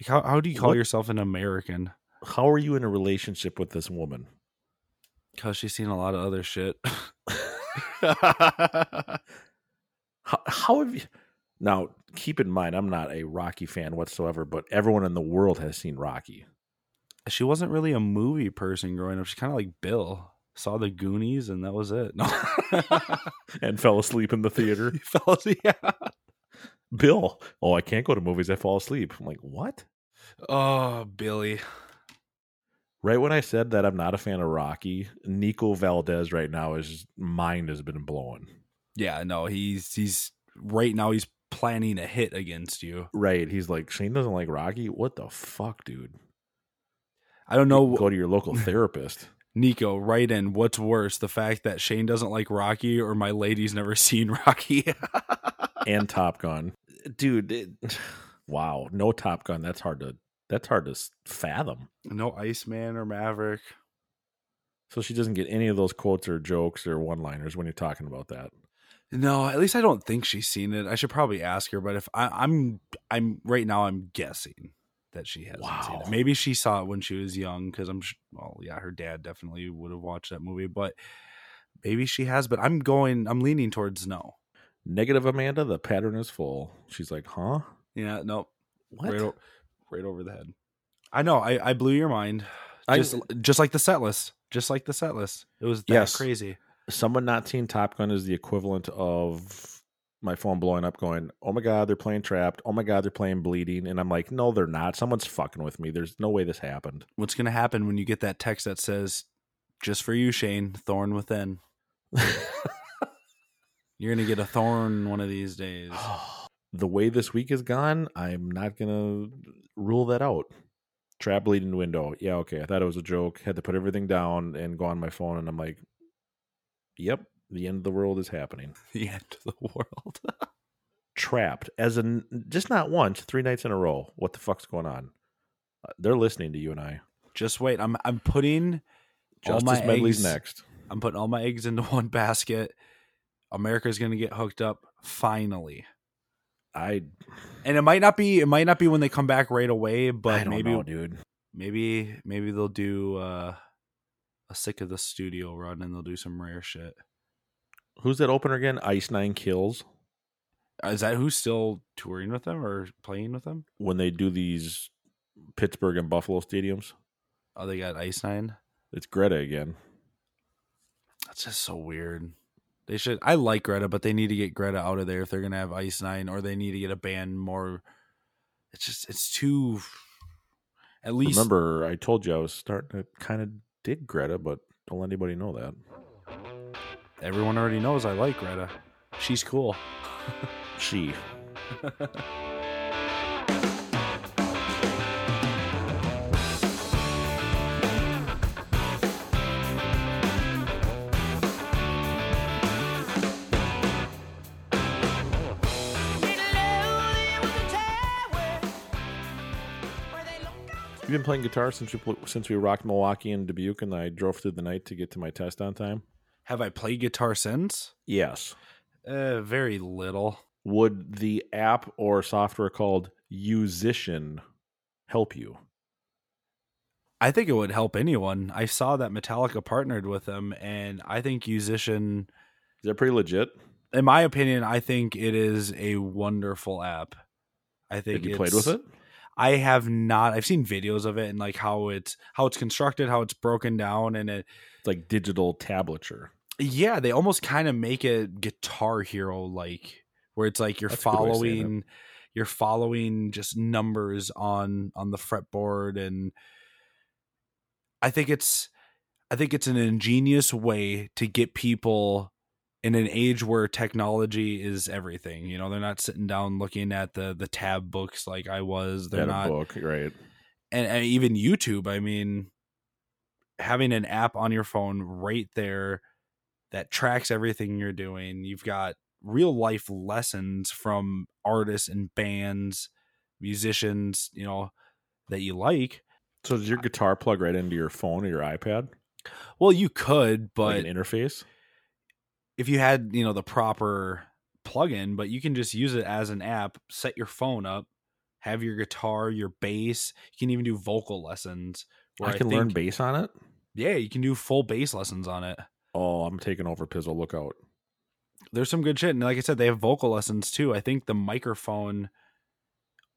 Speaker 18: Like how how do you call
Speaker 17: What?
Speaker 18: yourself an American?
Speaker 17: How are you in a relationship with this woman?
Speaker 18: Cause she's seen a lot of other shit.
Speaker 17: how, how have you now keep in mind i'm not a rocky fan whatsoever but everyone in the world has seen rocky
Speaker 18: she wasn't really a movie person growing up. She's kind of like Bill. Saw the Goonies and that was it. No.
Speaker 17: and fell asleep in the theater
Speaker 18: He fell asleep. Yeah.
Speaker 17: bill oh i can't go to movies i fall asleep i'm like what
Speaker 18: Oh, Billy.
Speaker 17: right when i said that i'm not a fan of rocky nico valdez right now his mind has been blown
Speaker 18: Yeah, no, he's he's right now he's planning a hit against you.
Speaker 17: right he's like shane doesn't like rocky what the fuck dude
Speaker 18: I don't know
Speaker 17: go to your local therapist
Speaker 18: Nico, right in. What's worse, the fact that Shane doesn't like Rocky or my lady's never seen Rocky?
Speaker 17: and Top Gun. Dude, it- wow, no Top Gun. That's hard to that's hard to s- fathom.
Speaker 18: no Iceman or Maverick.
Speaker 17: So she doesn't get any of those quotes or jokes or one-liners when you're talking about that.
Speaker 18: No, at least I don't think she's seen it. I should probably ask her, but if I, I'm, I'm right now, I'm guessing that she hasn't seen
Speaker 17: Wow.
Speaker 18: it. Maybe she saw it when she was young, because I'm, sh- well, yeah, her dad definitely would have watched that movie, but maybe she has. But I'm going, I'm leaning towards no.
Speaker 17: Negative Amanda, the pattern is full. She's like, "Huh?
Speaker 18: Yeah, no,
Speaker 17: What?"
Speaker 18: Right, o- right over the head. I know. I, I blew your mind.
Speaker 17: I-
Speaker 18: Just, just like the set list. Just like the set list. It was that
Speaker 17: Yes.
Speaker 18: crazy.
Speaker 17: Someone not seeing Top Gun is the equivalent of my phone blowing up going, "Oh my god, they're playing trapped. Oh my god, they're playing bleeding." And I'm like, "No, they're not. Someone's fucking with me. There's no way this happened."
Speaker 18: What's gonna happen when you get that text that says, "Just for you, Shane, thorn within." You're gonna get a thorn one of these days.
Speaker 17: the way this week has gone, I'm not gonna rule that out. Trap bleeding window. Yeah, okay. I thought it was a joke. Had to put everything down and go on my phone, and I'm like, "Yep, the end of the world is happening."
Speaker 18: the end of the world.
Speaker 17: Trapped as in just not once, three nights in a row. What the fuck's going on? Uh, They're listening to you and I.
Speaker 18: Just wait. I'm I'm putting all my
Speaker 17: Justice
Speaker 18: eggs,
Speaker 17: Medley's next.
Speaker 18: I'm putting all my eggs into one basket. America's gonna get hooked up finally.
Speaker 17: I
Speaker 18: And it might not be it might not be when they come back right away,
Speaker 17: but I
Speaker 18: but
Speaker 17: don't
Speaker 18: maybe
Speaker 17: know, dude.
Speaker 18: maybe maybe they'll do uh a sick of the studio run and they'll do some rare shit.
Speaker 17: Who's that opener again? Ice Nine Kills.
Speaker 18: Uh, Is that who's still touring with them or playing with them?
Speaker 17: When they do these Pittsburgh and Buffalo stadiums,
Speaker 18: Oh, they got Ice Nine.
Speaker 17: it's Greta again.
Speaker 18: That's just so weird. They should. I like Greta, but they need to get Greta out of there if they're gonna have Ice Nine, or they need to get a band more. It's just it's too. At least
Speaker 17: Remember, I told you I was starting to kind of dig Greta, but don't let anybody know that.
Speaker 18: everyone already knows I like Greta. She's cool.
Speaker 17: She. You've been playing guitar since you, since we rocked Milwaukee and Dubuque, and I drove through the night to get to my test on time.
Speaker 18: Have I played guitar since?
Speaker 17: Yes.
Speaker 18: Uh, very little.
Speaker 17: Would the app or software called Musician help you?
Speaker 18: I think it would help anyone. I saw that Metallica partnered with them, and I think musician.
Speaker 17: Is that pretty legit?
Speaker 18: in my opinion, I think it is a wonderful app. I think
Speaker 17: Have you
Speaker 18: it's-
Speaker 17: played with it?
Speaker 18: I have not. I've seen videos of it and like how it's how it's constructed, how it's broken down, and it.
Speaker 17: It's like digital tablature.
Speaker 18: Yeah, they almost kind of make it Guitar Hero like, where it's like you're
Speaker 17: That's a good way of saying
Speaker 18: following. you're following just numbers on on the fretboard and I think it's I think it's an ingenious way to get people in an age where technology is everything. You know, they're not sitting down looking at the the tab books like I was. They're
Speaker 17: At a
Speaker 18: not
Speaker 17: book, right?
Speaker 18: and, and even YouTube. I mean, having an app on your phone right there that tracks everything you're doing. You've got real life lessons from artists and bands, musicians, you know, that you like.
Speaker 17: So does your guitar plug right into your phone or your iPad?
Speaker 18: Well, you could, but
Speaker 17: like an interface.
Speaker 18: If you had, you know, the proper plugin, but you can just use it as an app, set your phone up, have your guitar, your bass. You can even do vocal lessons.
Speaker 17: I can learn bass on it.
Speaker 18: Yeah, you can do full bass lessons on it.
Speaker 17: Oh, I'm taking over Pizzle. Look out!
Speaker 18: There's some good shit, and like I said, they have vocal lessons too. I think the microphone,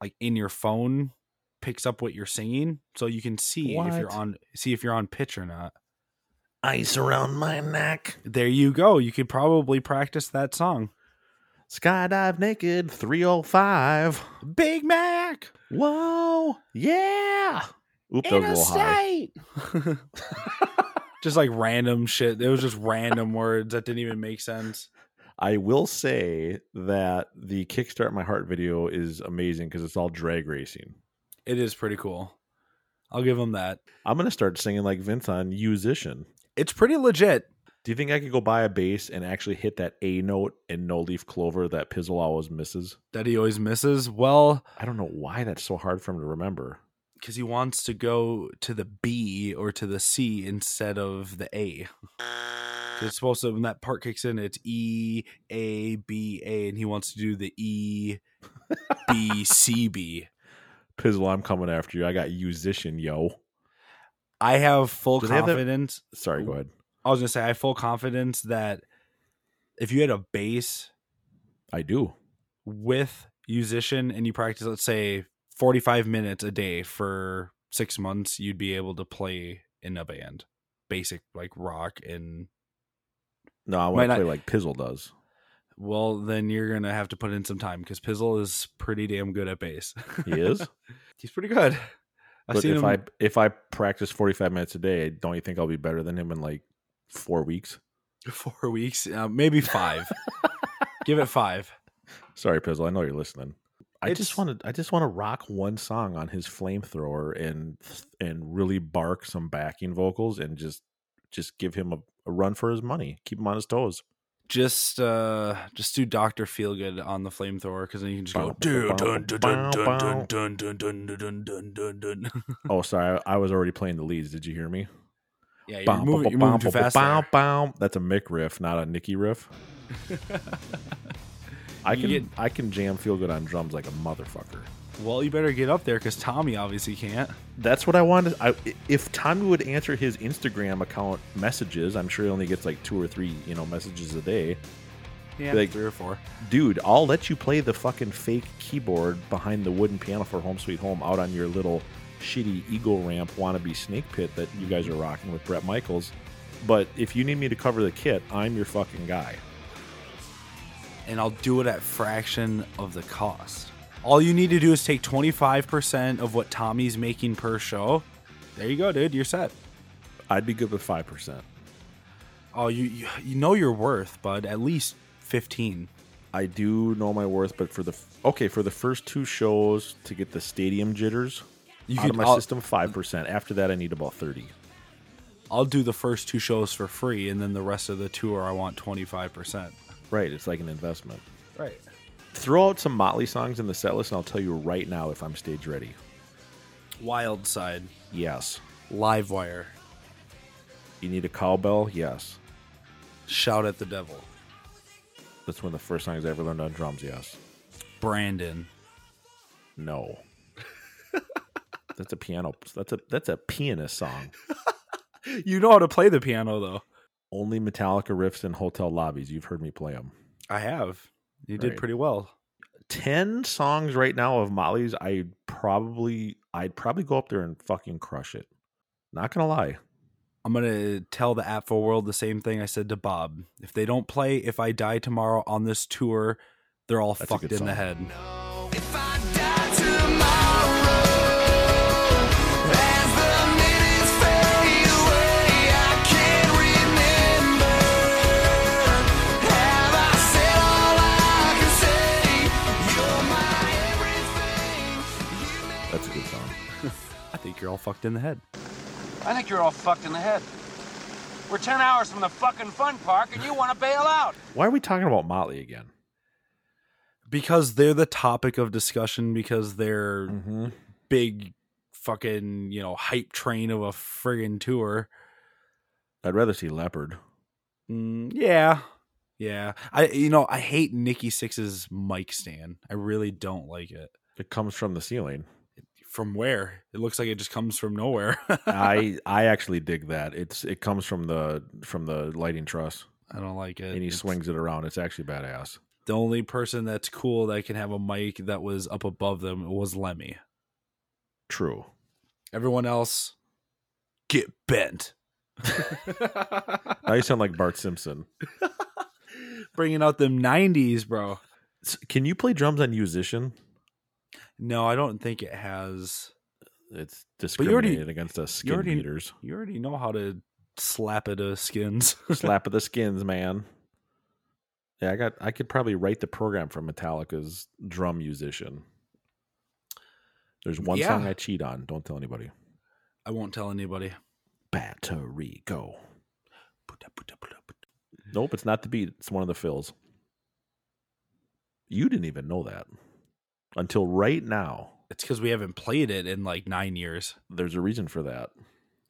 Speaker 18: like in your phone, picks up what you're singing, so you can see
Speaker 17: What?
Speaker 18: if you're on see if you're on pitch or not.
Speaker 17: Ice around my neck.
Speaker 18: There you go. You could probably practice that song.
Speaker 17: Skydive naked. Three oh five.
Speaker 18: Big Mac.
Speaker 17: Whoa! Yeah. Oop, that was a little high.
Speaker 18: Interstate. just like random shit. It was just random words that didn't even make sense.
Speaker 17: I will say that the Kickstart My Heart video is amazing because it's all drag racing.
Speaker 18: It is pretty cool. I'll give them that.
Speaker 17: I'm gonna start singing like Vince on "Musician."
Speaker 18: It's pretty legit.
Speaker 17: Do you think I could go buy a bass and actually hit that A note in No Leaf Clover that Pizzle always misses?
Speaker 18: That he always misses. Well,
Speaker 17: I don't know why that's so hard for him to remember.
Speaker 18: because he wants to go to the B or to the C instead of the A. 'Cause It's supposed to when that part kicks in, it's E A B A, and he wants to do the E B C B.
Speaker 17: Pizzle, I'm coming after you. I got musician, yo.
Speaker 18: I have full
Speaker 17: Do they have that-
Speaker 18: confidence.
Speaker 17: Sorry, go ahead.
Speaker 18: I was gonna say I have full confidence that if you had a bass
Speaker 17: I do.
Speaker 18: with musician and you practice, let's say forty five minutes a day for six months, you'd be able to play in a band, basic like rock and
Speaker 17: No, I
Speaker 18: Might
Speaker 17: want to
Speaker 18: not-
Speaker 17: play like Pizzle does.
Speaker 18: Well, then you're gonna have to put in some time because Pizzle is pretty damn good at bass.
Speaker 17: He is.
Speaker 18: He's pretty good. I've
Speaker 17: but
Speaker 18: seen
Speaker 17: if
Speaker 18: him.
Speaker 17: I if I practice 45 minutes a day, don't you think I'll be better than him in like four weeks?
Speaker 18: Four weeks, uh, maybe five. Give it five.
Speaker 17: Sorry, Pizzle. I know you're listening. I
Speaker 18: It's-
Speaker 17: just want to I just want to rock one song on his flamethrower and and really bark some backing vocals and just just give him a, a run for his money. Keep him on his toes.
Speaker 18: Just, uh, just do Doctor Feelgood on the flamethrower because then you can just go. "Dun, dun, dun, dun, dun, dun, dun, dun, dun, dun, dun, dun, dun."
Speaker 17: Oh, sorry. I was already playing the leads. Did you hear me?
Speaker 18: Yeah, you're
Speaker 17: Bom,
Speaker 18: moving,
Speaker 17: bom,
Speaker 18: you're moving
Speaker 17: bom,
Speaker 18: too
Speaker 17: bom,
Speaker 18: fast.
Speaker 17: bom,
Speaker 18: there.
Speaker 17: bom. That's a Mick riff, not a Nicky riff. I
Speaker 18: You
Speaker 17: can
Speaker 18: get-
Speaker 17: I can jam feel good on drums like a motherfucker.
Speaker 18: Well, you better get up there because Tommy obviously can't.
Speaker 17: That's what I wanted. I, if Tommy would answer his Instagram account messages, I'm sure he only gets like two or three, you know, messages a day.
Speaker 18: Yeah,
Speaker 17: Like-
Speaker 18: three or four.
Speaker 17: Dude, I'll let you play the fucking fake keyboard behind the wooden piano for Home Sweet Home out on your little shitty ego ramp wannabe snake pit that you guys are rocking with Brett Michaels. But if you need me to cover the kit, I'm your fucking guy.
Speaker 18: and I'll do it at fraction of the cost. All you need to do is take 25% of what Tommy's making per show. There you go, dude. You're set.
Speaker 17: I'd be good with five percent.
Speaker 18: Oh, you you, you know your worth, bud. At least 15.
Speaker 17: I do know my worth, but for the okay for the first two shows to get the stadium jitters
Speaker 18: You
Speaker 17: out
Speaker 18: could-
Speaker 17: of my
Speaker 18: I'll-
Speaker 17: system, five percent. After that, I need about thirty.
Speaker 18: I'll do the first two shows for free, and then the rest of the tour I want 25%.
Speaker 17: Right, it's like an investment.
Speaker 18: Right.
Speaker 17: Throw out some Motley songs in the set list, and I'll tell you right now if I'm stage ready.
Speaker 18: Wild side,
Speaker 17: Yes.
Speaker 18: live wire,
Speaker 17: You need a cowbell? Yes.
Speaker 18: shout at the devil,
Speaker 17: That's one of the first songs I ever learned on drums. Yes.
Speaker 18: Brandon.
Speaker 17: No. that's a piano. That's a that's a pianist song.
Speaker 18: You know how to play the piano, though.
Speaker 17: Only Metallica riffs in hotel lobbies. You've heard me play them.
Speaker 18: I have. You did
Speaker 17: Right.
Speaker 18: pretty well.
Speaker 17: 10 songs right now of Molly's I probably I'd probably go up there and fucking crush it. Not going to lie.
Speaker 18: I'm gonna tell the Apfel world the same thing I said to Bob. If they don't play "If I Die Tomorrow" on this tour, they're all
Speaker 17: That's a
Speaker 18: fucked
Speaker 17: good
Speaker 18: in the
Speaker 17: song.
Speaker 18: head.
Speaker 9: If I
Speaker 17: That's a good song.
Speaker 18: I think you're all fucked in the head.
Speaker 1: I think you're all fucked in the head. We're 10 hours from the fucking fun park and you want to bail out.
Speaker 17: Why are we talking about Motley again?
Speaker 18: Because they're the topic of discussion because they're mm-hmm. big fucking, you know, hype train of a friggin' tour.
Speaker 17: I'd rather see Leopard.
Speaker 18: Mm, yeah. Yeah. I you know, I hate Nikki Six's mic stand. I really don't like it.
Speaker 17: It comes from the ceiling.
Speaker 18: From where? It looks like it just comes from nowhere.
Speaker 17: I I actually dig that. It's it comes from the from the lighting truss.
Speaker 18: I don't like it.
Speaker 17: And he
Speaker 18: it's,
Speaker 17: swings it around. It's actually badass.
Speaker 18: The only person that's cool that can have a mic that was up above them was Lemmy.
Speaker 17: True.
Speaker 18: Everyone else get bent.
Speaker 17: now you sound like Bart Simpson.
Speaker 18: Bringing out them 90s, bro.
Speaker 17: Can you play drums on musician?
Speaker 18: No, I don't think it has.
Speaker 17: It's discriminated already, against us skin
Speaker 18: you already,
Speaker 17: beaters.
Speaker 18: You already know how to slap at the skins.
Speaker 17: slap at the skins, man. Yeah, I got. I could probably write the program for Metallica's drum musician. There's one yeah. song I cheat on. Don't tell anybody.
Speaker 18: I won't tell anybody
Speaker 17: battery go. Nope, it's not the beat. It's one of the fills. You didn't even know that until right now.
Speaker 18: It's because we haven't played it in like nine years.
Speaker 17: There's a reason for that.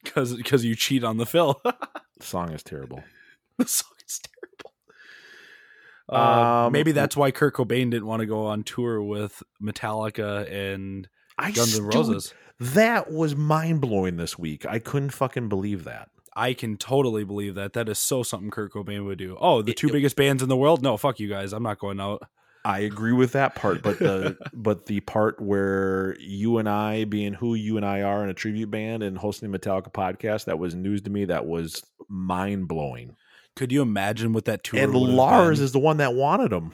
Speaker 18: Because because you cheat on the fill. the
Speaker 17: song is terrible.
Speaker 18: the song is terrible. Uh, um, maybe that's why Kurt Cobain didn't want to go on tour with Metallica and I Guns N' Roses
Speaker 17: that was mind blowing this week. I couldn't fucking believe that.
Speaker 18: I can totally believe that. That is so something Kurt Cobain would do. Oh, the two it, biggest it, bands in the world? No, fuck you guys. I'm not going out.
Speaker 17: I agree with that part, but the but the part where you and I being who you and I are in a tribute band and hosting a Metallica podcast, that was news to me. That was mind blowing.
Speaker 18: Could you imagine what that tour?
Speaker 17: And Lars is the one that wanted him.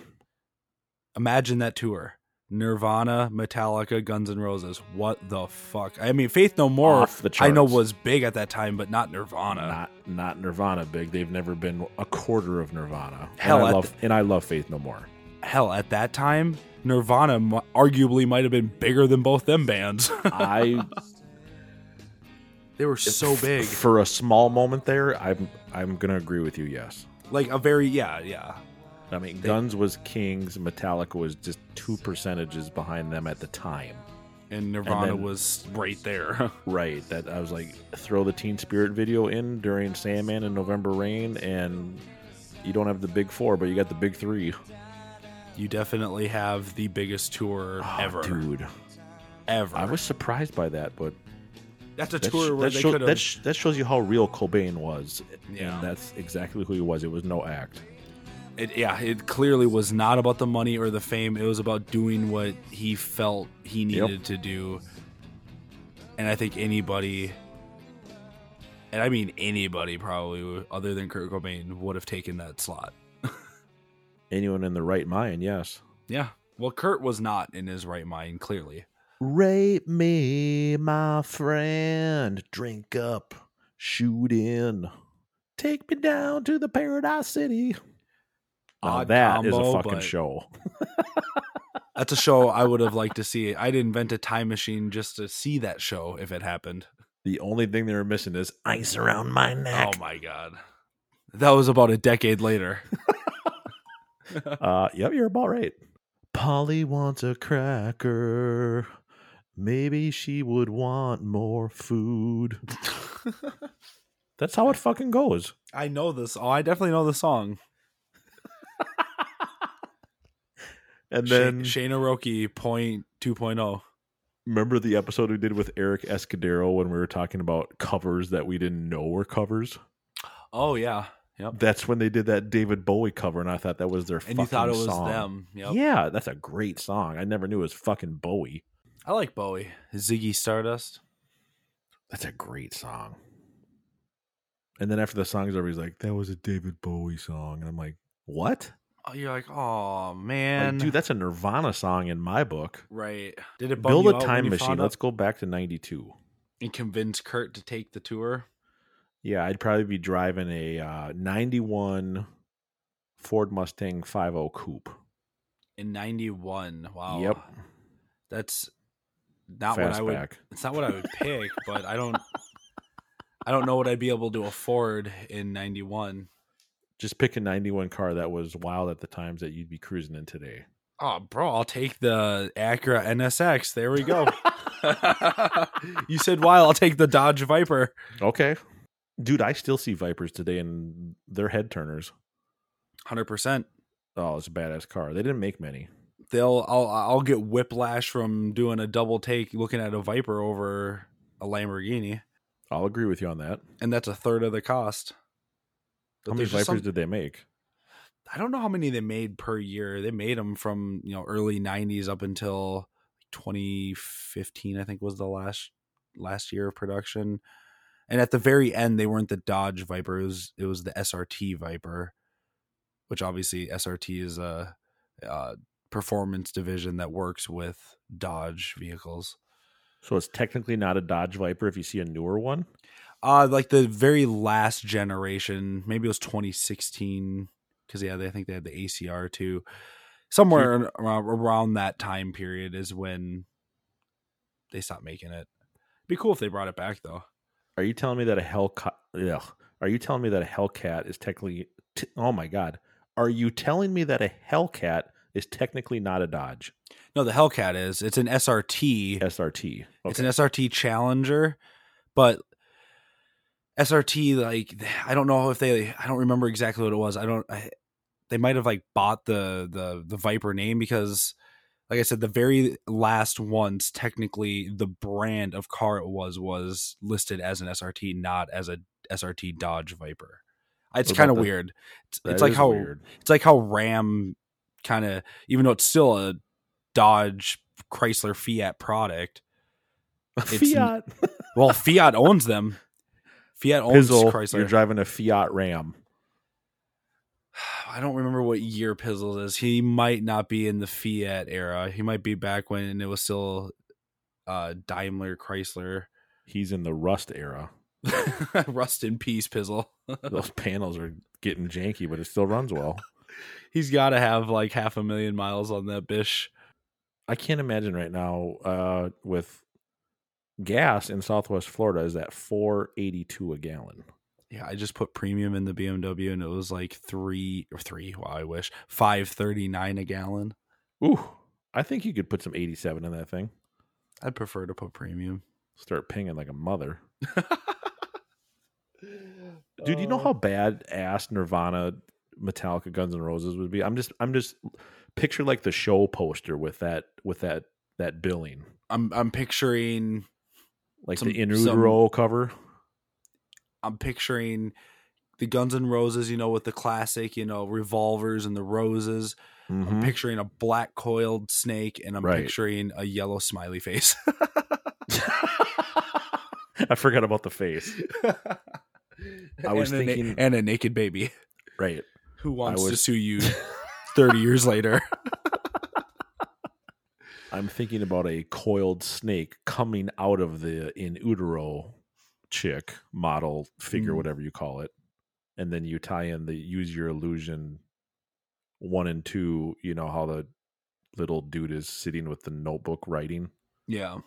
Speaker 18: Imagine that tour. Nirvana, Metallica, Guns N' Roses. What the fuck? I mean, Faith No More. I know was big at that time, but not Nirvana.
Speaker 17: Not not Nirvana big. They've never been a quarter of Nirvana. Hell, and I love th- and I love Faith No More.
Speaker 18: Hell, at that time, Nirvana m- arguably might have been bigger than both them bands.
Speaker 17: I.
Speaker 18: They were so big.
Speaker 17: For a small moment there, I'm I'm gonna agree with you. Yes.
Speaker 18: Like a very yeah yeah.
Speaker 17: I mean, they, Guns was kings. Metallica was just two percentages behind them at the time,
Speaker 18: and Nirvana and then, was right there.
Speaker 17: right. That I was like, throw the Teen Spirit video in during Sandman and November Rain, and you don't have the big four, but you got the big three.
Speaker 18: You definitely have the biggest tour oh, ever,
Speaker 17: dude.
Speaker 18: Ever.
Speaker 17: I was surprised by that, but.
Speaker 18: That's a that tour sh- where
Speaker 17: that
Speaker 18: they
Speaker 17: show-
Speaker 18: could
Speaker 17: that, sh- that shows you how real Cobain was. Yeah. And that's exactly who he was. It was no act.
Speaker 18: It, yeah, it clearly was not about the money or the fame. It was about doing what he felt he needed yep. to do. And I think anybody, and I mean anybody probably other than Kurt Cobain, would have taken that slot.
Speaker 17: Anyone in the right mind, yes.
Speaker 18: Yeah. Well, Kurt was not in his right mind, clearly.
Speaker 17: Rape me, my friend. Drink up. Shoot in. Take me down to the paradise city. Now that combo, is a fucking show.
Speaker 18: that's a show I would have liked to see. I'd invent a time machine just to see that show if it happened.
Speaker 17: The only thing they were missing is ice around my neck.
Speaker 18: Oh my god, that was about a decade later.
Speaker 17: uh, yep, you're about right. Polly wants a cracker. Maybe she would want more food. That's how it fucking goes.
Speaker 18: I know this. Oh, I definitely know the song.
Speaker 17: And then
Speaker 18: Sh- Shane Oroki point oh. two
Speaker 17: Remember the episode we did with Eric Escudero when we were talking about covers that we didn't know were covers?
Speaker 18: Oh yeah. Yep.
Speaker 17: That's when they did that David Bowie cover, and I thought that was their. And you thought it was song.
Speaker 18: them? Yep.
Speaker 17: Yeah, that's a great song. I never knew it was fucking Bowie.
Speaker 18: I like Bowie. Ziggy Stardust.
Speaker 17: That's a great song. And then after the song's over, he's like, "That was a David Bowie song," and I'm like, "What?"
Speaker 18: you're like, oh man,
Speaker 17: like, dude, that's a Nirvana song in my book.
Speaker 18: Right? Did it
Speaker 17: build a time machine? Let's go back to '92
Speaker 18: and convince Kurt to take the tour.
Speaker 17: Yeah, I'd probably be driving a '91 uh, Ford Mustang 50 Coupe.
Speaker 18: In '91, wow.
Speaker 17: Yep.
Speaker 18: That's not what I would. Back. It's not what I would pick, but I don't. I don't know what I'd be able to afford in '91.
Speaker 17: Just pick a '91 car that was wild at the times that you'd be cruising in today.
Speaker 18: Oh, bro, I'll take the Acura NSX. There we go. you said wild. I'll take the Dodge Viper.
Speaker 17: Okay, dude. I still see Vipers today, and they're head turners.
Speaker 18: Hundred percent.
Speaker 17: Oh, it's a badass car. They didn't make many
Speaker 18: they'll I'll I'll get whiplash from doing a double take looking at a Viper over a Lamborghini.
Speaker 17: I'll agree with you on that.
Speaker 18: And that's a third of the cost.
Speaker 17: But how many Vipers some, did they make?
Speaker 18: I don't know how many they made per year. They made them from you know early '90s up until 2015. I think was the last last year of production. And at the very end, they weren't the Dodge Viper. It was, it was the SRT Viper, which obviously SRT is a, a performance division that works with Dodge vehicles.
Speaker 17: So it's technically not a Dodge Viper if you see a newer one?
Speaker 18: Uh like the very last generation, maybe it was 2016 cuz yeah, they, I think they had the ACR too. Somewhere so around that time period is when they stopped making it. It'd be cool if they brought it back though.
Speaker 17: Are you telling me that a Hellcat yeah, are you telling me that a Hellcat is technically t- Oh my god. Are you telling me that a Hellcat is technically not a Dodge.
Speaker 18: No, the Hellcat is. It's an SRT.
Speaker 17: SRT. Okay.
Speaker 18: It's an SRT Challenger, but SRT like I don't know if they I don't remember exactly what it was. I don't I, they might have like bought the the the Viper name because like I said the very last ones technically the brand of car it was was listed as an SRT not as a SRT Dodge Viper. It's kind of weird. It's, it's like how weird. it's like how Ram kind of even though it's still a Dodge Chrysler Fiat product.
Speaker 17: Fiat.
Speaker 18: well, Fiat owns them. Fiat owns
Speaker 17: Pizzle,
Speaker 18: Chrysler.
Speaker 17: You're driving a Fiat Ram.
Speaker 18: I don't remember what year Pizzle is. He might not be in the Fiat era. He might be back when it was still uh, Daimler Chrysler.
Speaker 17: He's in the Rust era.
Speaker 18: Rust in peace, Pizzle.
Speaker 17: Those panels are getting janky, but it still runs well
Speaker 18: he's got to have like half a million miles on that bish.
Speaker 17: I can't imagine right now uh, with gas in Southwest Florida is at four eighty two a gallon.
Speaker 18: Yeah, I just put premium in the BMW and it was like three or three. Wow, I wish five thirty nine a gallon.
Speaker 17: Ooh, I think you could put some eighty seven in that thing.
Speaker 18: I'd prefer to put premium.
Speaker 17: Start pinging like a mother. Dude, you know how bad ass Nirvana Metallica Guns N' Roses would be. I'm just I'm just picture like the show poster with that with that that billing.
Speaker 18: I'm I'm picturing
Speaker 17: like some, the in utero some, cover.
Speaker 18: I'm picturing the Guns N' Roses, you know, with the classic, you know, revolvers and the roses. Mm-hmm.
Speaker 17: Hmm?
Speaker 18: I'm picturing a black coiled snake and I'm right. picturing a yellow smiley face.
Speaker 17: I forgot about the face. I was
Speaker 18: and
Speaker 17: thinking
Speaker 18: a, and a naked baby.
Speaker 17: Right
Speaker 18: who wants was... to sue you 30 years later.
Speaker 17: I'm thinking about a coiled snake coming out of the in utero chick model figure, mm. whatever you call it. And then you tie in the use your illusion one and two, you know, how the little dude is sitting with the notebook writing.
Speaker 18: Yeah.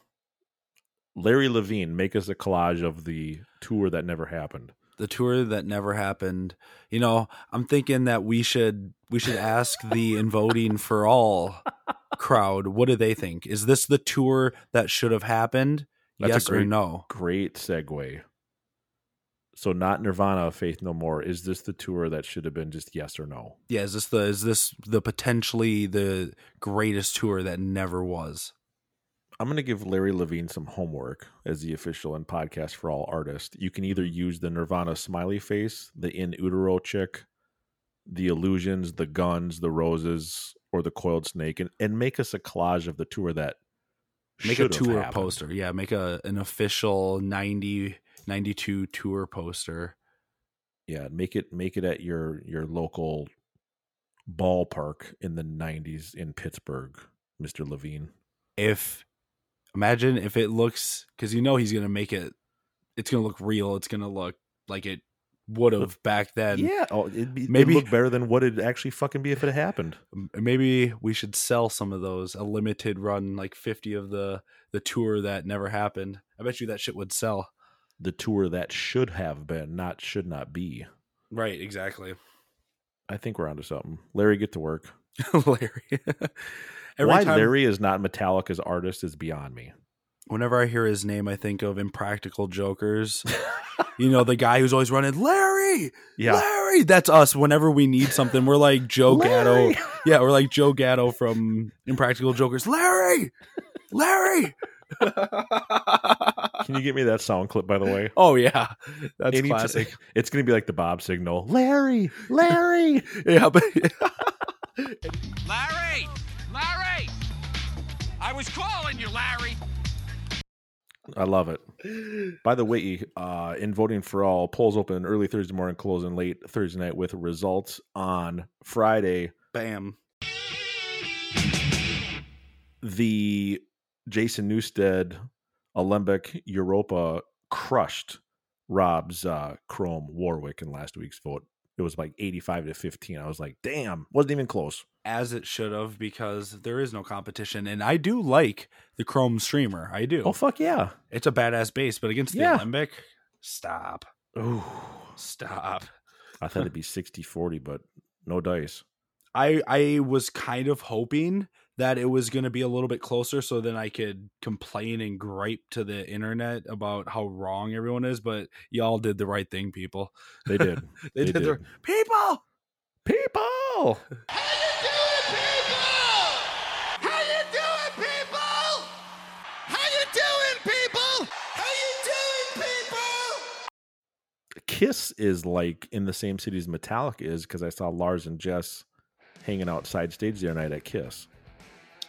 Speaker 17: Larry Levine, make us a collage of the tour that never happened
Speaker 18: the tour that never happened. You know, I'm thinking that we should we should ask the in voting for all crowd, what do they think? Is this the tour that should have happened? That's yes
Speaker 17: great,
Speaker 18: or no?
Speaker 17: Great segue. So not Nirvana, Faith No More. Is this the tour that should have been just yes or no?
Speaker 18: Yeah, is this the is this the potentially the greatest tour that never was?
Speaker 17: I'm going to give Larry Levine some homework as the official and podcast for all artists. You can either use the Nirvana smiley face, the in utero chick, the illusions, the guns, the roses, or the coiled snake, and, and make us a collage of the tour that
Speaker 18: make a tour happened. poster. Yeah, make a an official 90 92 tour poster.
Speaker 17: Yeah, make it make it at your your local ballpark in the 90s in Pittsburgh, Mr. Levine.
Speaker 18: If imagine if it looks because you know he's gonna make it it's gonna look real it's gonna look like it would have back then.
Speaker 17: Yeah, oh, it'd be, maybe it'd look better than what it actually fucking be if it happened.
Speaker 18: Maybe we should sell some of those, a limited run, like fifty of the the tour that never happened. I bet you that shit would sell.
Speaker 17: The tour that should have been, not should not be.
Speaker 18: Right, exactly.
Speaker 17: I think we're onto something. Larry, get to work.
Speaker 18: Larry.
Speaker 17: Why time, Larry is not Metallica's artist is beyond me.
Speaker 18: Whenever I hear his name, I think of impractical jokers. you know, the guy who's always running, Larry, yeah. Larry. That's us. Whenever we need something, we're like
Speaker 17: Oh,
Speaker 18: Joe Larry. Gatto. Yeah, we're like Joe Gatto from Impractical Jokers. Larry, Larry.
Speaker 17: Can you get me that sound clip, by the way?
Speaker 18: Oh yeah, that's Any classic. T-
Speaker 17: it's gonna be like the Bob signal, Larry, Larry.
Speaker 18: yeah, but
Speaker 1: Larry, Larry, I was calling you, Larry.
Speaker 17: I love it. By the way, uh, in voting for all, polls open early Thursday morning, closing late Thursday night with results on Friday.
Speaker 18: Bam.
Speaker 17: The Jason Newstead Alembic Europa crushed Rob's uh, Chrome Warwick in last week's vote. It was like 85 to 15. I was like, damn, wasn't even close.
Speaker 18: As it should have, because there is no competition. And I do like the Chrome streamer. I do.
Speaker 17: Oh, fuck yeah.
Speaker 18: It's a badass base, but against the yeah. Alembic, stop.
Speaker 17: Ooh.
Speaker 18: Stop.
Speaker 17: I thought it'd be 60 40, but no dice.
Speaker 18: I, I was kind of hoping that it was going to be a little bit closer so then I could complain and gripe to the internet about how wrong everyone is. But y'all did the right thing, people.
Speaker 17: They did.
Speaker 18: they, they, did. did. The, people! People!
Speaker 9: How you doing, people? How you doing, people? How you doing, people? How you doing, people?
Speaker 17: Kiss is like in the same city as Metallica is because I saw Lars and Jess hanging outside stage the other night at Kiss.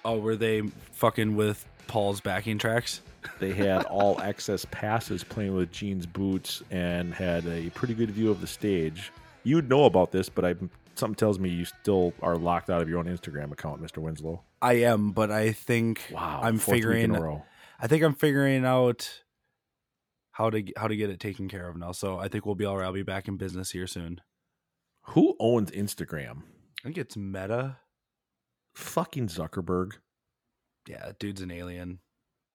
Speaker 18: Oh, were they fucking with Paul's backing tracks?
Speaker 17: They had all access passes playing with jeans boots and had a pretty good view of the stage. You'd know about this, but I something tells me you still are locked out of your own Instagram account, Mr. Winslow.
Speaker 18: I am, but I think wow, I'm figuring I think I'm figuring out how to how to get it taken care of now. So I think we'll be all right. I'll be back in business here soon.
Speaker 17: Who owns Instagram?
Speaker 18: I think it's Meta
Speaker 17: fucking Zuckerberg.
Speaker 18: Yeah, dude's an alien.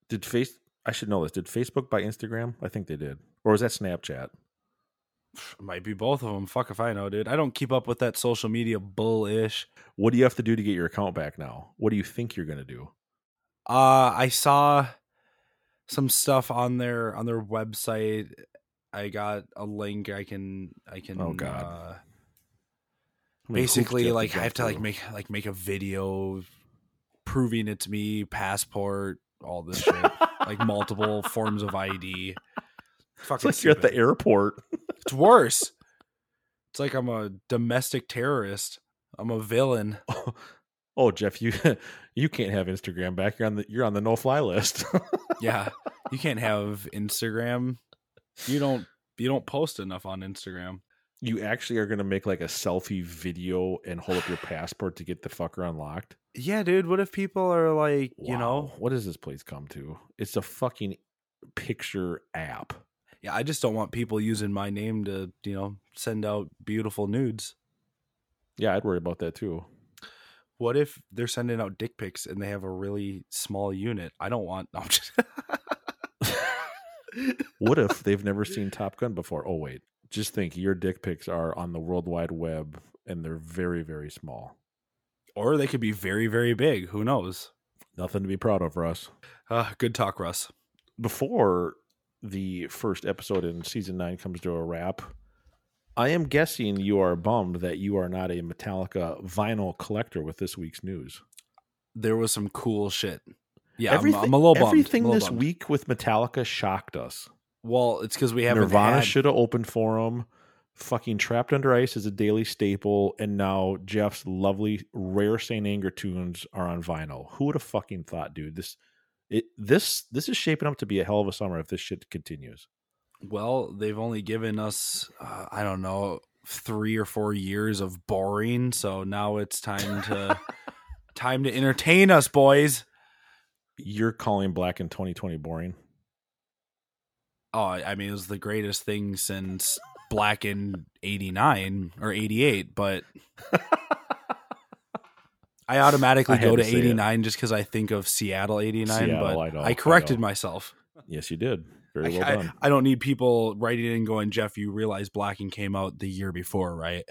Speaker 17: Did face I should know this. Did Facebook buy Instagram? I think they did. Or was that Snapchat?
Speaker 18: Might be both of them. Fuck if I know, dude. I don't keep up with that social media bullish.
Speaker 17: What do you have to do to get your account back now? What do you think you're gonna do?
Speaker 18: Uh I saw some stuff on their on their website. I got a link I can I can
Speaker 17: Oh god. Uh,
Speaker 18: basically like I have to like make like make a video proving it's me, passport, all this shit, like multiple forms of ID.
Speaker 17: Fucking like you're at the airport.
Speaker 18: it's worse. It's like I'm a domestic terrorist. I'm a villain.
Speaker 17: Oh, oh Jeff, you you can't have Instagram back. You're on the you're on the no fly list.
Speaker 18: yeah, you can't have Instagram. You don't you don't post enough on Instagram
Speaker 17: you actually are going to make like a selfie video and hold up your passport to get the fucker unlocked.
Speaker 18: Yeah, dude. What if people are like, wow. you know,
Speaker 17: what does this place come to? It's a fucking picture app.
Speaker 18: Yeah, I just don't want people using my name to, you know, send out beautiful nudes.
Speaker 17: Yeah, I'd worry about that too.
Speaker 18: What if they're sending out dick pics and they have a really small unit? I don't want. No, just...
Speaker 17: what if they've never seen Top Gun before? Oh, wait just think your dick pics are on the world wide web and they're very very small
Speaker 18: or they could be very very big who knows
Speaker 17: nothing to be proud of russ
Speaker 18: uh, good talk russ
Speaker 17: before the first episode in season 9 comes to a wrap i am guessing you are bummed that you are not a metallica vinyl collector with this week's news
Speaker 18: there was some cool shit yeah everything, I'm, I'm a little bummed.
Speaker 17: everything
Speaker 18: little
Speaker 17: this
Speaker 18: bummed.
Speaker 17: week with metallica shocked us
Speaker 18: well, it's because we haven't.
Speaker 17: Nirvana
Speaker 18: had...
Speaker 17: should have opened for him. Fucking trapped under ice is a daily staple, and now Jeff's lovely rare Saint Anger tunes are on vinyl. Who would have fucking thought, dude? This it this this is shaping up to be a hell of a summer if this shit continues.
Speaker 18: Well, they've only given us uh, I don't know three or four years of boring, so now it's time to time to entertain us, boys.
Speaker 17: You're calling Black in 2020 boring?
Speaker 18: oh, I mean, it was the greatest thing since black in 89 or 88, but I automatically
Speaker 17: I had
Speaker 18: go to
Speaker 17: to say it.
Speaker 18: 89 just because I think of Seattle 89,
Speaker 17: Seattle,
Speaker 18: but
Speaker 17: I know, I
Speaker 18: corrected
Speaker 17: know.
Speaker 18: myself.
Speaker 17: Yes, you did. Very
Speaker 18: I,
Speaker 17: well
Speaker 18: I-
Speaker 17: done.
Speaker 18: I don't need people writing in going, Jeff, you realize Blacking came out the year before, right?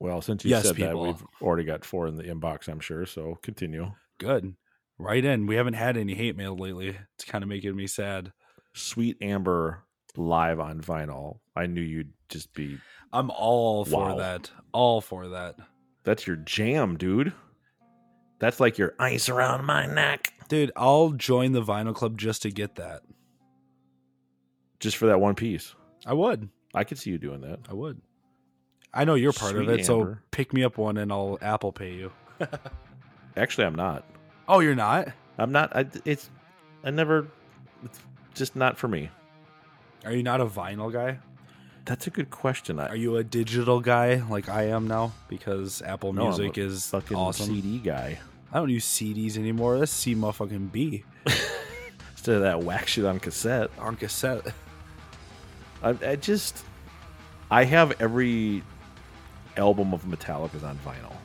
Speaker 17: Well, since you
Speaker 18: Yes,
Speaker 17: said that,
Speaker 18: people.
Speaker 17: we've already got four in the inbox, I'm sure. So continue.
Speaker 18: Good. Right in. We haven't had any hate mail lately. It's kind of making me sad.
Speaker 17: Sweet Amber live on vinyl. I knew you'd just be.
Speaker 18: I'm all for
Speaker 17: Wow.
Speaker 18: that. All for that.
Speaker 17: That's your jam, dude. That's like your ice around my neck.
Speaker 18: Dude, I'll join the vinyl club just to get that.
Speaker 17: Just for that one piece.
Speaker 18: I would.
Speaker 17: I could see you doing that.
Speaker 18: I would. I know you're part of
Speaker 17: Sweet
Speaker 18: it, so
Speaker 17: Amber.
Speaker 18: pick me up one and I'll Apple pay you.
Speaker 17: Actually, I'm not.
Speaker 18: Oh, you're not?
Speaker 17: I'm not. I, it's. I never. It's just not for me.
Speaker 18: Are you not a vinyl guy?
Speaker 17: That's a good question. I,
Speaker 18: Are you a digital guy like I am now? Because Apple
Speaker 17: No, I'm a
Speaker 18: Music is
Speaker 17: fucking
Speaker 18: awesome.
Speaker 17: CD guy.
Speaker 18: I don't use CDs anymore. That's C motherfucking B
Speaker 17: Instead of that whack shit on cassette.
Speaker 18: on cassette.
Speaker 17: I, I just I have every album of Metallica's on vinyl,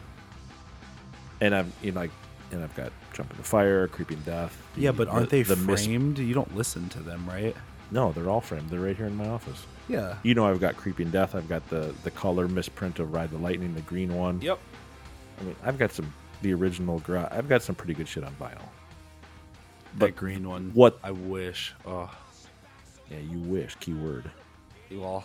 Speaker 17: and I've you know like and I've got Jumping the Fire, Creeping Death.
Speaker 18: Yeah, but
Speaker 17: the-
Speaker 18: aren't they
Speaker 17: the Mis-
Speaker 18: framed? You don't listen to them, right?
Speaker 17: no, they're all framed. They're right here in my office.
Speaker 18: Yeah.
Speaker 17: You know, I've got Creeping Death. I've got the the color misprint of Ride the Lightning, the green one.
Speaker 18: Yep.
Speaker 17: I mean, I've got some the original. Gra- I've got some pretty good shit on vinyl.
Speaker 18: That green one.
Speaker 17: what-
Speaker 18: I wish. Oh,
Speaker 17: Yeah, you wish. Keyword.
Speaker 18: well,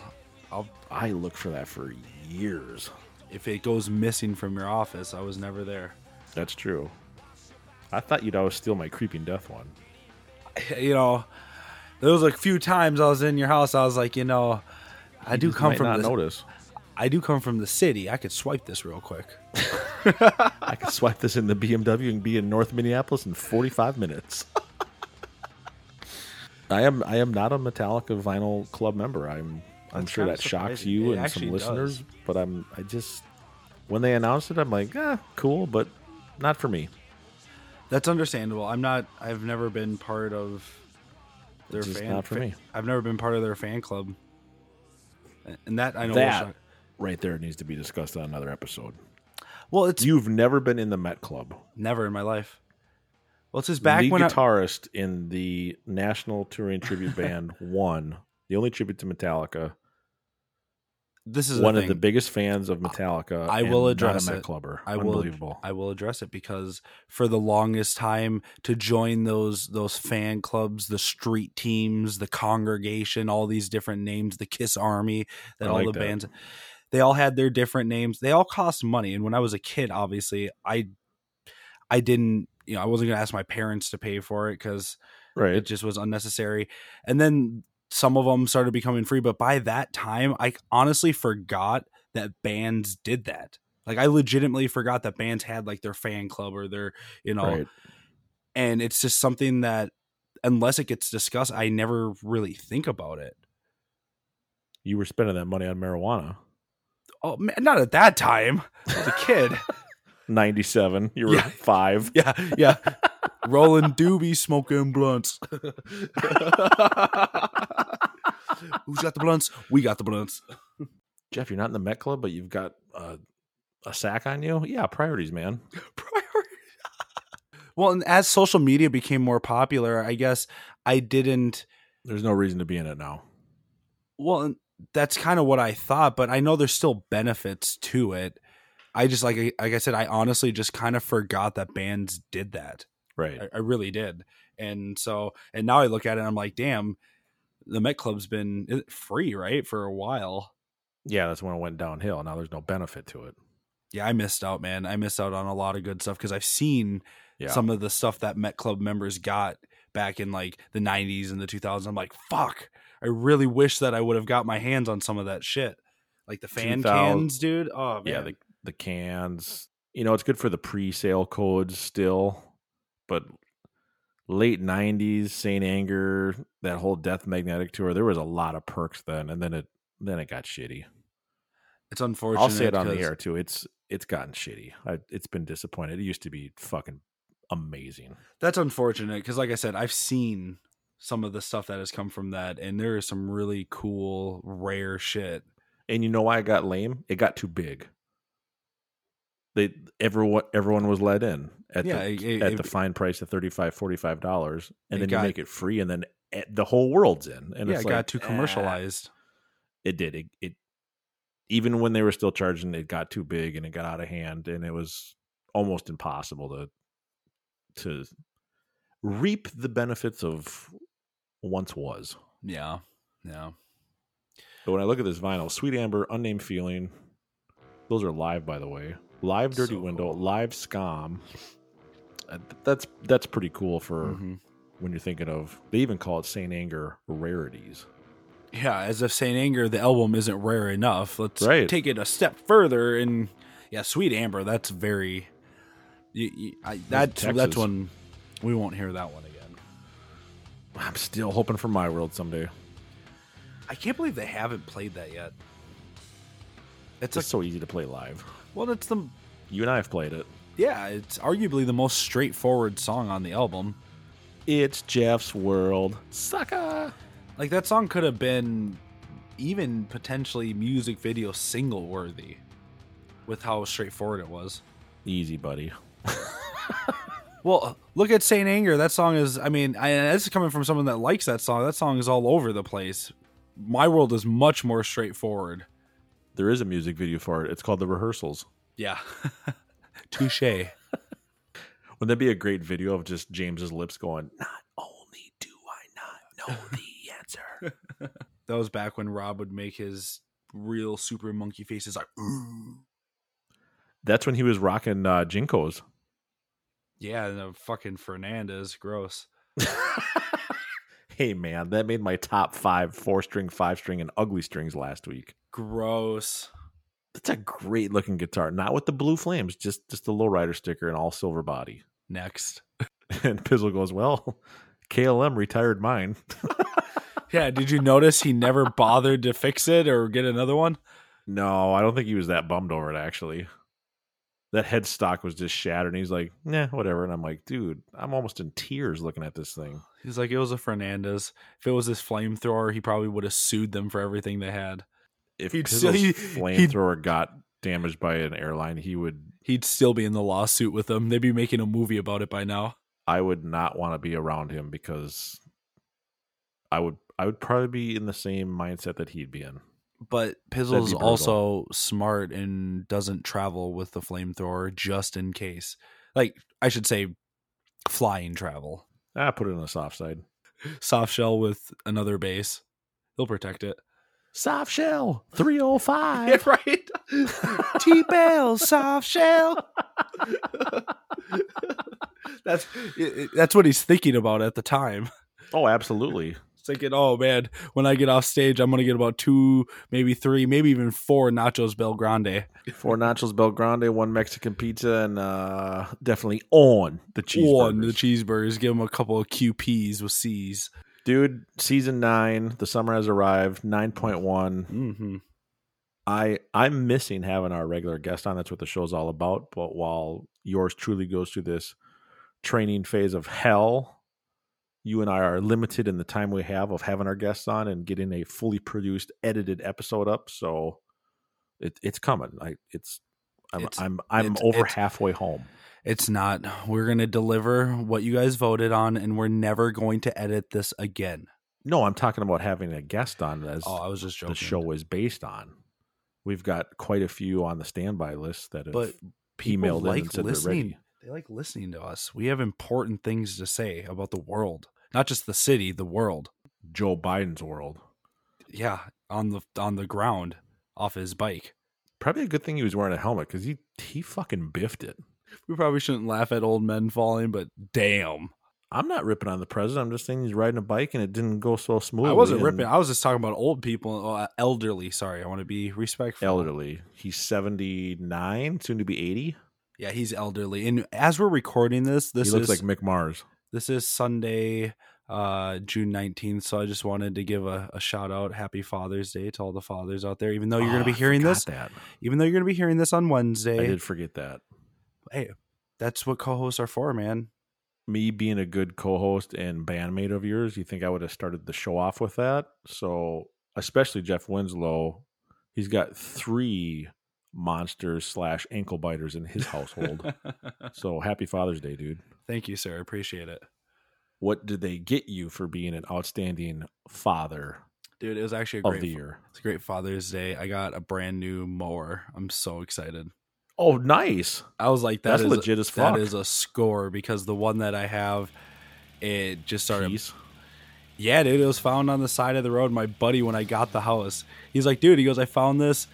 Speaker 18: I'll,
Speaker 17: I looked for that for years.
Speaker 18: if it goes missing from your office, I was never there.
Speaker 17: That's true. I thought you'd always steal my Creeping Death one.
Speaker 18: you know, there was a few times I was in your house. I was like, you know, I
Speaker 17: You
Speaker 18: do
Speaker 17: just
Speaker 18: come
Speaker 17: might
Speaker 18: from
Speaker 17: not
Speaker 18: the
Speaker 17: notice.
Speaker 18: I do come from the city. I could swipe this real quick.
Speaker 17: I could swipe this in the BMW and be in North Minneapolis in 45 minutes. I am I am not a Metallica vinyl club member. I'm I'm
Speaker 18: That's
Speaker 17: sure
Speaker 18: kinda
Speaker 17: that shocks
Speaker 18: surprising.
Speaker 17: you
Speaker 18: It
Speaker 17: and some
Speaker 18: actually
Speaker 17: listeners,
Speaker 18: does.
Speaker 17: but I'm I just when they announced it, I'm like, ah, cool, but not for me.
Speaker 18: That's understandable. I'm not. I've never been part of their
Speaker 17: It's just
Speaker 18: fan.
Speaker 17: not for
Speaker 18: fa-
Speaker 17: me.
Speaker 18: I've never been part of their fan club, and that I know. will
Speaker 17: That
Speaker 18: shock-
Speaker 17: right there needs to be discussed on another episode.
Speaker 18: well, it's
Speaker 17: You've never been in the Met Club.
Speaker 18: never in my life. Well, it's just back
Speaker 17: lead
Speaker 18: when I,
Speaker 17: guitarist in the National Touring Tribute Band one, the only tribute to Metallica,
Speaker 18: this is
Speaker 17: one
Speaker 18: the
Speaker 17: of the
Speaker 18: thing.
Speaker 17: biggest fans of Metallica.
Speaker 18: I
Speaker 17: and
Speaker 18: will
Speaker 17: not a
Speaker 18: address
Speaker 17: Met
Speaker 18: it.
Speaker 17: Clubber.
Speaker 18: I will.
Speaker 17: Unbelievable.
Speaker 18: I will address it because for the longest time to join those those fan clubs, the street teams, the congregation, all these different names, the Kiss Army, that
Speaker 17: I
Speaker 18: all
Speaker 17: like
Speaker 18: the
Speaker 17: that.
Speaker 18: bands, they all had their different names. They all cost money. And when I was a kid, obviously, I I didn't, you know, I wasn't going to ask my parents to pay for it because
Speaker 17: right.
Speaker 18: it just was unnecessary. And then some of them started becoming free, but by that time, I honestly forgot that bands did that. Like I legitimately forgot that bands had like their fan club or their, you know,
Speaker 17: right.
Speaker 18: and it's just something that unless it gets discussed, I never really think about it.
Speaker 17: You were spending that money on marijuana.
Speaker 18: Oh man, not at that time. I was a kid.
Speaker 17: 97. You were
Speaker 18: Yeah.
Speaker 17: five.
Speaker 18: yeah, yeah. Rolling doobie, smoking blunts. Who's got the blunts? We got the blunts.
Speaker 17: Jeff, you're not in the Met Club, but you've got uh, a sack on you? Yeah, priorities, man.
Speaker 18: priority. well, and as social media became more popular, I guess I didn't.
Speaker 17: There's no reason to be in it now.
Speaker 18: Well, and that's kind of what I thought, but I know there's still benefits to it. I just like I- like I said, I honestly just kind of forgot that bands did that.
Speaker 17: Right.
Speaker 18: I, I really did, and so and now I look at it, and I'm like, damn, the Met Club's been is it free right for a while.
Speaker 17: Yeah, that's when it went downhill. Now there's no benefit to it.
Speaker 18: Yeah, I missed out, man. I missed out on a lot of good stuff because I've seen
Speaker 17: Yeah.
Speaker 18: some of the stuff that Met Club members got back in like the 90s and the 2000s. I'm like, fuck, I really wish that I would have got my hands on some of that shit. Like the fan
Speaker 17: 2000
Speaker 18: cans, dude. Oh, man.
Speaker 17: yeah, the, the cans. You know, it's good for the pre-sale codes still, but late '90s, Saint Anger, that whole Death Magnetic tour, there was a lot of perks then, and then it then it got shitty.
Speaker 18: it's unfortunate.
Speaker 17: I'll say it on the
Speaker 18: 'cause-
Speaker 17: air too. It's it's gotten shitty. I, it's been disappointed. It used to be fucking amazing.
Speaker 18: That's unfortunate because, like I said, I've seen some of the stuff that has come from that, and there is some really cool, rare shit.
Speaker 17: And you know why it got lame? It got too big. They everyone everyone was let in at
Speaker 18: Yeah,
Speaker 17: the
Speaker 18: it-
Speaker 17: at
Speaker 18: it-
Speaker 17: the fine price of 35 45 dollars and
Speaker 18: It
Speaker 17: then
Speaker 18: got-
Speaker 17: you make it free and then eh, the whole world's in and
Speaker 18: yeah,
Speaker 17: it's
Speaker 18: it
Speaker 17: like,
Speaker 18: got too
Speaker 17: eh.
Speaker 18: commercialized.
Speaker 17: it did it, it even when they were still charging it got too big and it got out of hand and it was almost impossible to to reap the benefits of once was
Speaker 18: Yeah, yeah.
Speaker 17: but when i look at this vinyl sweet amber unnamed feeling those are live by the way live dirty window live scum Uh, th- that's that's pretty cool for
Speaker 18: Mm-hmm.
Speaker 17: when you're thinking of they even call it saint anger rarities
Speaker 18: Yeah, as if Saint Anger, the album isn't rare enough. Let's
Speaker 17: Right.
Speaker 18: take it a step further, and yeah, Sweet Amber, that's very. You, you, I, that's that's
Speaker 17: Texas.
Speaker 18: one we won't hear that one again.
Speaker 17: i'm still hoping for my world someday
Speaker 18: I can't believe they haven't played that yet.
Speaker 17: it's, so easy to play live
Speaker 18: Well, it's the
Speaker 17: you and i have played it
Speaker 18: yeah, it's arguably the most straightforward song on the album.
Speaker 17: It's Jeff's world.
Speaker 18: Sucker. Like that song could have been even potentially music video single worthy with how straightforward it was.
Speaker 17: Easy, buddy.
Speaker 18: Well, look at Saint Anger. That song is I mean, I, and this is coming from someone that likes that song. That song is all over the place. My world is much more straightforward.
Speaker 17: There is a music video for it. It's called The Rehearsals.
Speaker 18: Yeah. Touche.
Speaker 17: Wouldn't that be a great video of just James's lips going, not only do I not know the answer.
Speaker 18: That was back when Rob would make his real super monkey faces like "Ooh."
Speaker 17: That's when he was rocking uh, Jinkos.
Speaker 18: Yeah, and the fucking Fernandez, gross.
Speaker 17: Hey, man, that made my top five four string, five string, and ugly strings last week.
Speaker 18: Gross.
Speaker 17: That's a great looking guitar. Not with the blue flames, just just the lowrider sticker and all silver body.
Speaker 18: Next.
Speaker 17: And Pizzle goes, well, KLM retired mine.
Speaker 18: Yeah, did you notice he never bothered to fix it or get another one?
Speaker 17: No, I don't think he was that bummed over it actually. That headstock was just shattered and he's like, "Nah, whatever." And I'm like, "Dude, I'm almost in tears looking at this thing."
Speaker 18: He's like, it was a Fernandez. If it was his flamethrower, he probably would have sued them for everything they had.
Speaker 17: If
Speaker 18: He'd
Speaker 17: Pizzle's
Speaker 18: still- he- he'd-
Speaker 17: flamethrower got damaged by an airline, he would
Speaker 18: He'd still be in the lawsuit with them. They'd be making a movie about it by now.
Speaker 17: I would not want to be around him because I would I would probably be in the same mindset that he'd be in.
Speaker 18: But
Speaker 17: That'd
Speaker 18: Pizzle's
Speaker 17: be brutal.
Speaker 18: also smart and doesn't travel with the flamethrower just in case. Like, I should say, flying travel.
Speaker 17: I Ah, put it on the soft side.
Speaker 18: Soft shell with another base. He'll protect it.
Speaker 17: Soft shell 305.
Speaker 18: right. T Bell, soft shell. that's it- it- that's what he's thinking about at the time.
Speaker 17: Oh, absolutely.
Speaker 18: He's thinking, oh man, when I get off stage, I'm gonna get about two, maybe three, maybe even four nachos Bel Grande.
Speaker 17: Four nachos Belgrande, one Mexican pizza and uh definitely on the cheeseburgers.
Speaker 18: One the cheeseburgers. Give him a couple of QPs with C's.
Speaker 17: dude season 9 the summer has arrived 9one
Speaker 18: Mm-hmm.
Speaker 17: i i'm missing having our regular guest on that's what the show's all about but while yours truly goes through this training phase of hell you and i are limited in the time we have of having our guests on and getting a fully produced edited episode up so it, it's coming i it's i'm
Speaker 18: It's-
Speaker 17: i'm i'm
Speaker 18: it's-
Speaker 17: over
Speaker 18: it's-
Speaker 17: halfway home
Speaker 18: It's not. We're gonna deliver what you guys voted on, and we're never going to edit this again.
Speaker 17: no i'm talking about having a guest on as
Speaker 18: Oh, I was just joking.
Speaker 17: the show is based on. We've got quite a few on the standby list that have
Speaker 18: but people
Speaker 17: emailed in
Speaker 18: like
Speaker 17: and said they're
Speaker 18: listening.
Speaker 17: ready.
Speaker 18: They like listening to us. We have important things to say about the world, not just the city, the world.
Speaker 17: Joe Biden's world.
Speaker 18: Yeah, on the on the ground, off his bike.
Speaker 17: Probably a good thing he was wearing a helmet because he he fucking biffed it.
Speaker 18: We probably shouldn't laugh at old men falling, but damn,
Speaker 17: I'm not ripping on the president. I'm just saying he's riding a bike and it didn't go so smoothly.
Speaker 18: I wasn't
Speaker 17: and
Speaker 18: ripping. I was just talking about old people, uh, elderly. Sorry, I want to be respectful.
Speaker 17: elderly. He's 79, soon to be 80.
Speaker 18: Yeah, he's elderly, and as we're recording this, this
Speaker 17: he looks
Speaker 18: is
Speaker 17: like Mick Mars.
Speaker 18: this is Sunday, uh, June nineteenth. So I just wanted to give a, a shout out. Happy Father's Day to all the fathers out there. Even though you're going
Speaker 17: Oh,
Speaker 18: to
Speaker 17: I
Speaker 18: be hearing
Speaker 17: forgot
Speaker 18: this,
Speaker 17: that.
Speaker 18: even though you're going to be hearing this on
Speaker 17: I
Speaker 18: Wednesday,
Speaker 17: did forget that.
Speaker 18: hey, that's what co-hosts are for, man.
Speaker 17: Me being a good co-host and bandmate of yours, you think I would have started the show off with that? So, especially Jeff Winslow, He's got three monsters slash ankle biters in his household. so happy Father's Day, dude.
Speaker 18: Thank you, sir. Appreciate it.
Speaker 17: What did they get you for being an outstanding father?
Speaker 18: Dude, it was actually a
Speaker 17: great
Speaker 18: the
Speaker 17: year.
Speaker 18: It's a great Father's Day. I got a brand new mower. I'm so excited.
Speaker 17: Oh, nice!
Speaker 18: I was like, that
Speaker 17: that's
Speaker 18: is,
Speaker 17: legit as fuck.
Speaker 18: That is a score because the one that I have, it just started.
Speaker 17: Jeez.
Speaker 18: Yeah, dude, it was found on the side of the road. My buddy, when I got the house, he's like, dude, he goes, I found this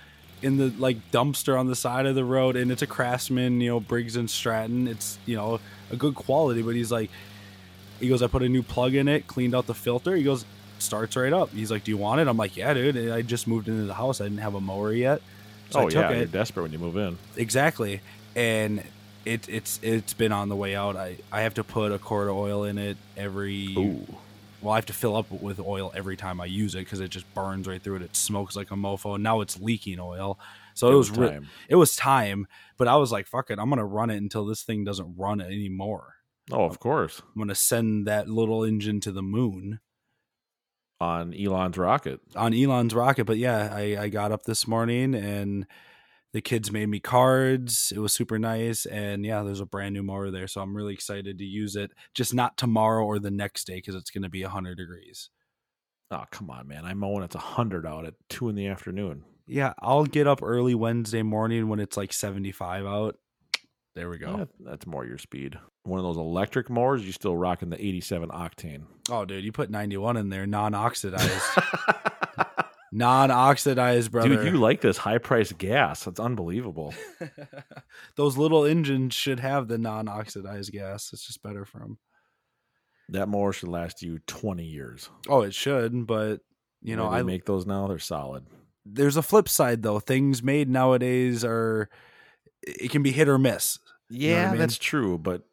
Speaker 18: in the like dumpster on the side of the road, and it's a Craftsman, you know, Briggs and Stratton. It's you know a good quality, but he's like, he goes, I put a new plug in it, cleaned out the filter. He goes, starts right up. He's like, do you want it? I'm like, yeah, dude. And I just moved into the house. I didn't have a mower yet.
Speaker 17: So oh yeah, it. you're desperate when you move in.
Speaker 18: Exactly, and it, it's it's been on the way out. I I have to put a quart of oil in it every.
Speaker 17: Ooh.
Speaker 18: Well, I have to fill up with oil every time I use it because it just burns right through it. It smokes like a mofo. And now it's leaking oil, so it, it was, was re- it was time. But I was like, "Fuck it, I'm gonna run it until this thing doesn't run anymore."
Speaker 17: Oh, of course.
Speaker 18: I'm gonna send that little engine to the moon
Speaker 17: on Elon's rocket.
Speaker 18: On Elon's rocket, but yeah, I, I got up this morning and the kids made me cards. It was super nice, and yeah, there's a brand new mower there, so I'm really excited to use it. Just not tomorrow or the next day because it's going to be hundred degrees.
Speaker 17: Oh come on, man! I mow when it's hundred out at two in the afternoon.
Speaker 18: Yeah, I'll get up early Wednesday morning when it's like 75 out. There we go.
Speaker 17: Yeah, that's more your speed. One of those electric mowers, you still rocking the 87 octane.
Speaker 18: Oh, dude, you put 91 in there, non oxidized. non oxidized, brother.
Speaker 17: Dude, you like this high priced gas. That's unbelievable.
Speaker 18: those little engines should have the non oxidized gas. It's just better for them.
Speaker 17: That mower should last you 20 years.
Speaker 18: Oh, it should, but, you know,
Speaker 17: I make those now. They're solid.
Speaker 18: There's a flip side, though. Things made nowadays are. It can be hit or miss.
Speaker 17: Yeah, you know I mean? that's true. But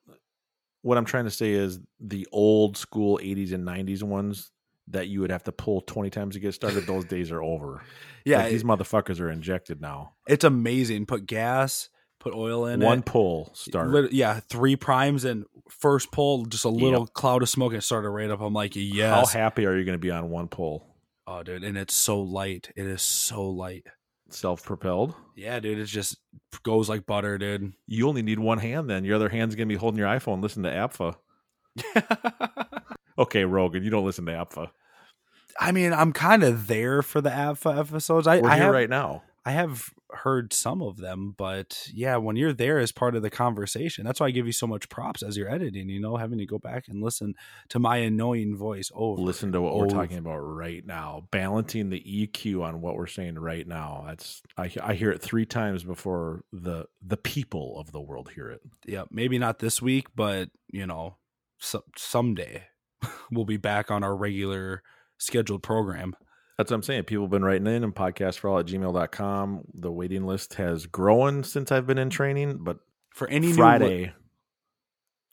Speaker 17: what I'm trying to say is the old school 80s and 90s ones that you would have to pull 20 times to get started, those days are over.
Speaker 18: Yeah.
Speaker 17: Like these motherfuckers are injected now.
Speaker 18: It's amazing. Put gas, put oil in
Speaker 17: One
Speaker 18: it.
Speaker 17: pull start.
Speaker 18: Yeah, three primes and first pull, just a little yep. cloud of smoke and started right up. I'm like, yes.
Speaker 17: How happy are you going to be on one pull?
Speaker 18: Oh, dude. And it's so light. It is so light
Speaker 17: self-propelled.
Speaker 18: Yeah, dude, it just goes like butter, dude.
Speaker 17: You only need one hand then. Your other hand's gonna be holding your iPhone. Listen to Apfa. okay, Rogan, you don't listen to Apfa.
Speaker 18: I mean, I'm kind of there for the Apfa episodes. I,
Speaker 17: We're
Speaker 18: I
Speaker 17: here
Speaker 18: have,
Speaker 17: right now.
Speaker 18: I have heard some of them, but yeah, when you're there as part of the conversation, that's why I give you so much props as you're editing. You know, having to go back and listen to my annoying voice. Oh,
Speaker 17: listen to what over. we're talking about right now. Balancing the EQ on what we're saying right now. That's I, I hear it three times before the the people of the world hear it.
Speaker 18: Yeah, maybe not this week, but you know, so, someday we'll be back on our regular scheduled program.
Speaker 17: That's what I'm saying. People have been writing in and podcastforall at gmail.com. The waiting list has grown since I've been in training, but
Speaker 18: for any
Speaker 17: Friday.
Speaker 18: Li-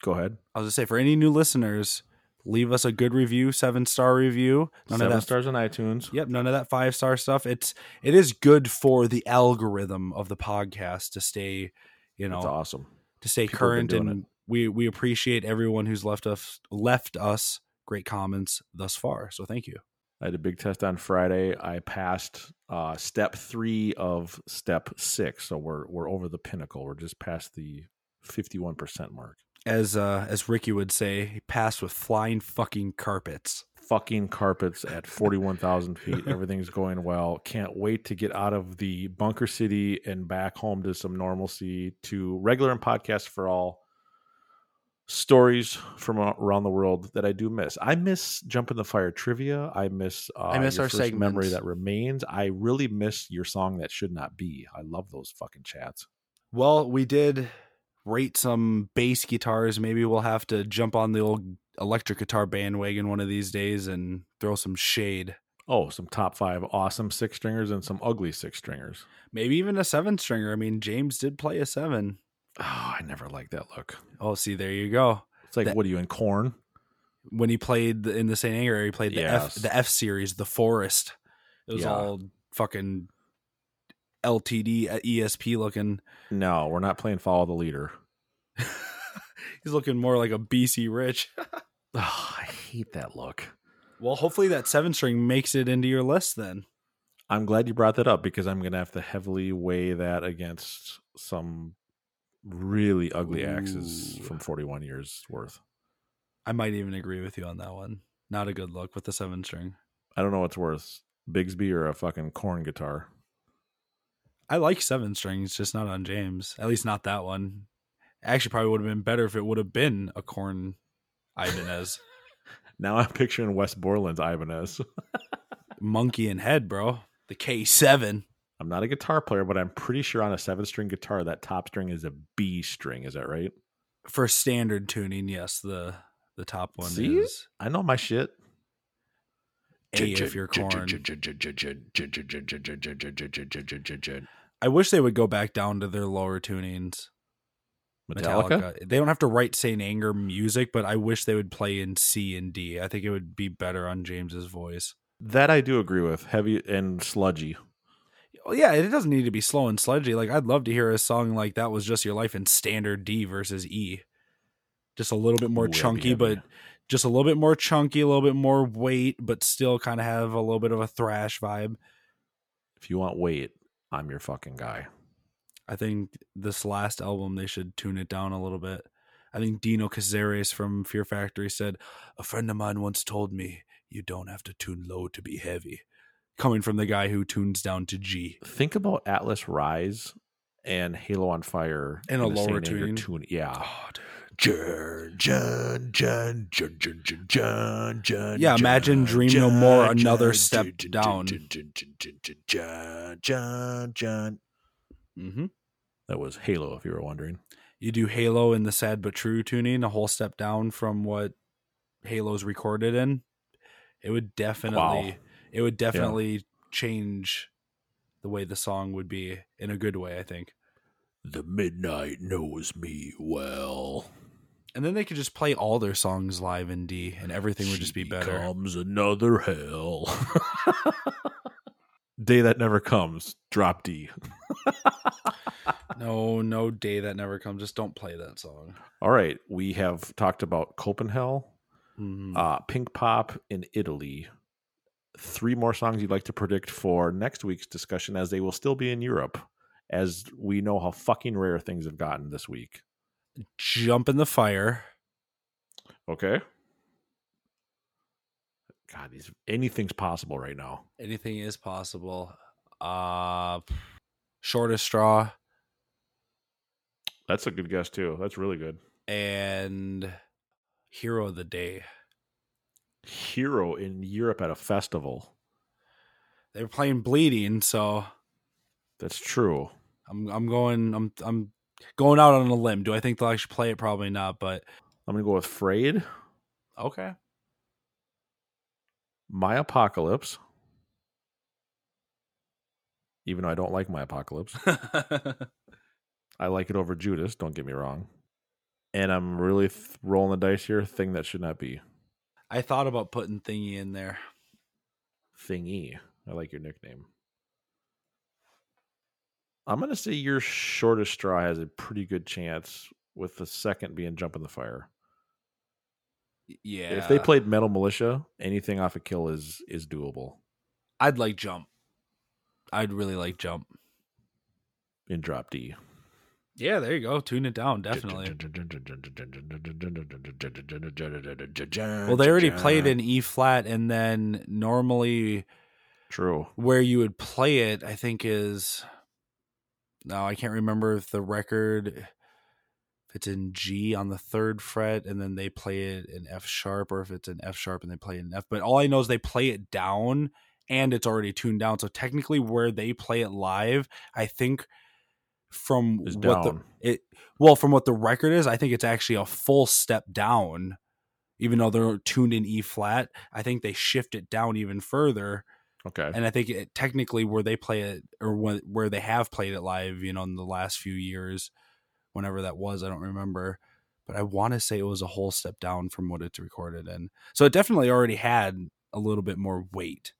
Speaker 17: go ahead.
Speaker 18: I was gonna say for any new listeners, leave us a good review, seven star review.
Speaker 17: None seven of that, stars on iTunes.
Speaker 18: Yep, none of that five star stuff. It's it is good for the algorithm of the podcast to stay, you know
Speaker 17: That's awesome.
Speaker 18: To stay People current and it. we we appreciate everyone who's left us left us great comments thus far. So thank you.
Speaker 17: I had a big test on Friday. I passed uh, step three of step six, so we're we're over the pinnacle. We're just past the fifty-one percent mark.
Speaker 18: As uh, as Ricky would say, he passed with flying fucking carpets.
Speaker 17: Fucking carpets at forty-one thousand feet. Everything's going well. Can't wait to get out of the bunker city and back home to some normalcy, to regular and podcast for all stories from around the world that I do miss. I miss jump in the fire trivia. I miss uh,
Speaker 18: I miss our segment
Speaker 17: memory that remains. I really miss your song that should not be. I love those fucking chats.
Speaker 18: Well, we did rate some bass guitars. Maybe we'll have to jump on the old electric guitar bandwagon one of these days and throw some shade.
Speaker 17: Oh, some top five awesome six stringers and some ugly six stringers.
Speaker 18: Maybe even a seven stringer. I mean, James did play a seven.
Speaker 17: Oh, I never liked that look.
Speaker 18: Oh, see, there you go.
Speaker 17: It's like,
Speaker 18: that,
Speaker 17: what are you in corn?
Speaker 18: When he played in the St. Anger, he played the yes. F the F series, the Forest. It was yeah. all fucking LTD ESP E looking.
Speaker 17: No, we're not playing Follow the Leader.
Speaker 18: He's looking more like a BC Rich.
Speaker 17: oh, I hate that look.
Speaker 18: Well, hopefully that seven string makes it into your list then.
Speaker 17: I'm glad you brought that up because I'm going to have to heavily weigh that against some really ugly axes Ooh. from 41 years worth.
Speaker 18: I might even agree with you on that one. Not a good look with the seven string.
Speaker 17: I don't know what's worse, Bigsby or a fucking corn guitar.
Speaker 18: I like seven strings, just not on James. At least not that one. Actually, probably would have been better if it would have been a corn Ibanez.
Speaker 17: now I'm picturing West Borland's Ibanez.
Speaker 18: Monkey and head, bro. The K7.
Speaker 17: I'm not a guitar player, but I'm pretty sure on a seven string guitar, that top string is a B string. Is that right?
Speaker 18: For standard tuning, yes. The the top one
Speaker 17: See?
Speaker 18: is.
Speaker 17: I know my shit.
Speaker 18: A if you're corn. I wish they would go back down to their lower tunings.
Speaker 17: Metallica? Metallica.
Speaker 18: They don't have to write Saint Anger music, but I wish they would play in C and D. I think it would be better on James's voice.
Speaker 17: That I do agree with. Heavy and sludgy.
Speaker 18: Well, Oh, yeah, it doesn't need to be slow and sludgy. Like I'd love to hear a song like that was just your life in standard D versus E. Just a little bit more Ooh, chunky, heavy, heavy. but just a little bit more chunky, a little bit more weight, but still kind of have a little bit of a thrash vibe.
Speaker 17: If you want weight, I'm your fucking guy.
Speaker 18: I think this last album they should tune it down a little bit. I think Dino Cazares from Fear Factory said, "A friend of mine once told me you don't have to tune low to be heavy." Coming from the guy who tunes down to G.
Speaker 17: Think about Atlas Rise and Halo on Fire
Speaker 18: in a lower tuning.
Speaker 17: Tune. Yeah. Oh,
Speaker 18: John, John, John, John, John, John, John, John. Yeah, imagine Dream John, No More another John, step John, down.
Speaker 17: John, John, John. Mm-hmm. That was Halo, if you were wondering.
Speaker 18: You do Halo in the sad but true tuning, a whole step down from what Halo's recorded in. It would definitely, wow. it would definitely yeah. change the way the song would be in a good way. I think.
Speaker 17: The midnight knows me well.
Speaker 18: And then they could just play all their songs live in D, and everything would just be better.
Speaker 17: Comes another hell. day that never comes. Drop D.
Speaker 18: no, no day that never comes. Just don't play that song.
Speaker 17: All right, we have talked about Copenhagen, mm-hmm. uh, Pink Pop in Italy. Three more songs you'd like to predict for next week's discussion, as they will still be in Europe, as we know how fucking rare things have gotten this week
Speaker 18: jump in the fire.
Speaker 17: Okay. God, these anything's possible right now.
Speaker 18: Anything is possible. Uh shortest straw.
Speaker 17: That's a good guess too. That's really good.
Speaker 18: And hero of the day.
Speaker 17: Hero in Europe at a festival.
Speaker 18: They're playing bleeding, so
Speaker 17: that's true.
Speaker 18: I'm I'm going I'm I'm going out on a limb. Do I think they'll actually play it? Probably not, but
Speaker 17: I'm gonna go with Frayed.
Speaker 18: Okay.
Speaker 17: My Apocalypse. Even though I don't like My Apocalypse. I like it over Judas, don't get me wrong. And I'm really th- rolling the dice here, thing that should not be.
Speaker 18: I thought about putting Thingy in there.
Speaker 17: Thingy. E. I like your nickname. I'm going to say your shortest straw has a pretty good chance, with the second being Jump in the Fire.
Speaker 18: Yeah.
Speaker 17: If they played Metal Militia, anything off a of kill is is doable.
Speaker 18: I'd like Jump. I'd really like Jump.
Speaker 17: In drop D.
Speaker 18: Yeah, there you go. Tune it down, definitely. well, they already played in E flat, and then normally,
Speaker 17: true,
Speaker 18: where you would play it, I think is now I can't remember if the record if it's in G on the third fret and then they play it in F sharp or if it's in F sharp and they play it in F. But all I know is they play it down and it's already tuned down. So technically where they play it live, I think from
Speaker 17: is
Speaker 18: what
Speaker 17: down.
Speaker 18: the it well from what the record is, I think it's actually a full step down. Even though they're tuned in E flat, I think they shift it down even further.
Speaker 17: Okay.
Speaker 18: And I think it, technically where they play it or when, where they have played it live, you know, in the last few years, whenever that was, I don't remember. But I want to say it was a whole step down from what it's recorded in. So it definitely already had a little bit more weight.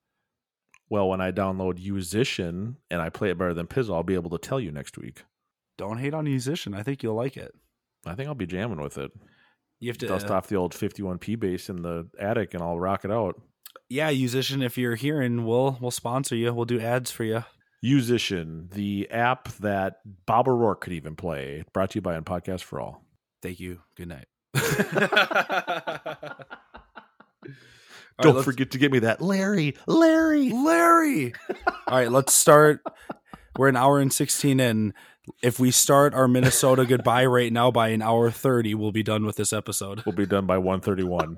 Speaker 17: Well, when I download Musician and I play it better than Pizza, I'll be able to tell you next week.
Speaker 18: Don't hate on Musician. I think you'll like it.
Speaker 17: I think I'll be jamming with it.
Speaker 18: You have to
Speaker 17: dust uh, off the old 51p bass in the attic and I'll rock it out.
Speaker 18: yeah, musician, if you're hearing, we'll we'll sponsor you. We'll do ads for you.
Speaker 17: Musician, the app that Bob O'Rourke could even play, brought to you by On Podcast for All.
Speaker 18: Thank you. Good night.
Speaker 17: All Don't right, forget to get me that Larry, Larry,
Speaker 18: Larry. All right, let's start. We're an hour and 16 in. If we start our Minnesota goodbye right now by an hour 30, we'll be done with this episode.
Speaker 17: We'll be done by 131.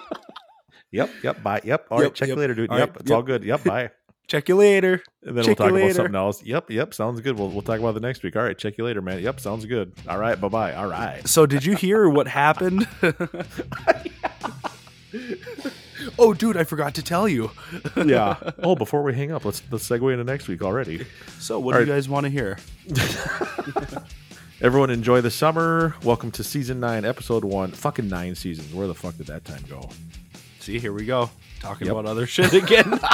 Speaker 17: yep, yep, bye. Yep. All yep, right, check yep. you later, dude. All yep, right, it's yep. all good. Yep, bye.
Speaker 18: Check you later.
Speaker 17: And then
Speaker 18: check
Speaker 17: we'll talk about something else. Yep, yep, sounds good. We'll, we'll talk about the next week. All right, check you later, man. Yep, sounds good. All right, bye bye. All right.
Speaker 18: So, did you hear what happened? oh, dude, I forgot to tell you.
Speaker 17: yeah. Oh, before we hang up, let's let's segue into next week already.
Speaker 18: So, what All do right. you guys want to hear?
Speaker 17: Everyone, enjoy the summer. Welcome to season nine, episode one. Fucking nine seasons. Where the fuck did that time go?
Speaker 18: See, here we go. Talking yep. about other shit again.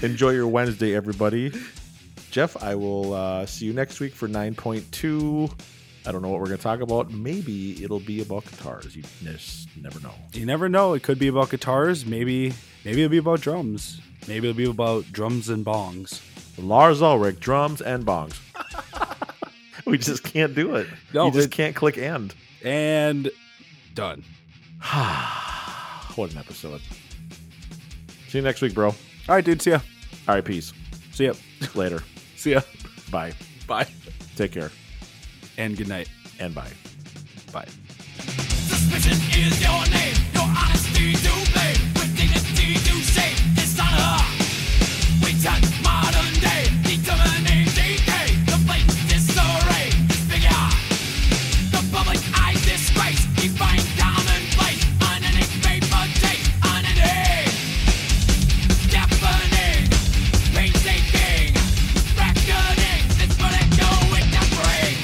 Speaker 17: enjoy your Wednesday, everybody. Jeff, I will uh, see you next week for 9.2. I don't know what we're going to talk about. Maybe it'll be about guitars. You just never know.
Speaker 18: You never know. It could be about guitars. Maybe maybe it'll be about drums. Maybe it'll be about drums and bongs.
Speaker 17: Lars Ulrich, drums and bongs. we just can't do it. No, you just can't click end.
Speaker 18: And done.
Speaker 17: what an episode. See you next week, bro.
Speaker 18: All right, dude. See ya.
Speaker 17: All right, peace.
Speaker 18: See ya.
Speaker 17: Later.
Speaker 18: see ya.
Speaker 17: Bye.
Speaker 18: Bye.
Speaker 17: Take care.
Speaker 18: And good night.
Speaker 17: And bye.
Speaker 18: Bye.
Speaker 19: Suspicion is your name. Your honesty you blame. With dignity you shape. It's honor. We touch modern day. Determining decay. The blatant disarray. Disfigure. The public eye disgrace. Define commonplace. On any paper tape. On any. Painstaking, reckoning, it's but echoing the brain.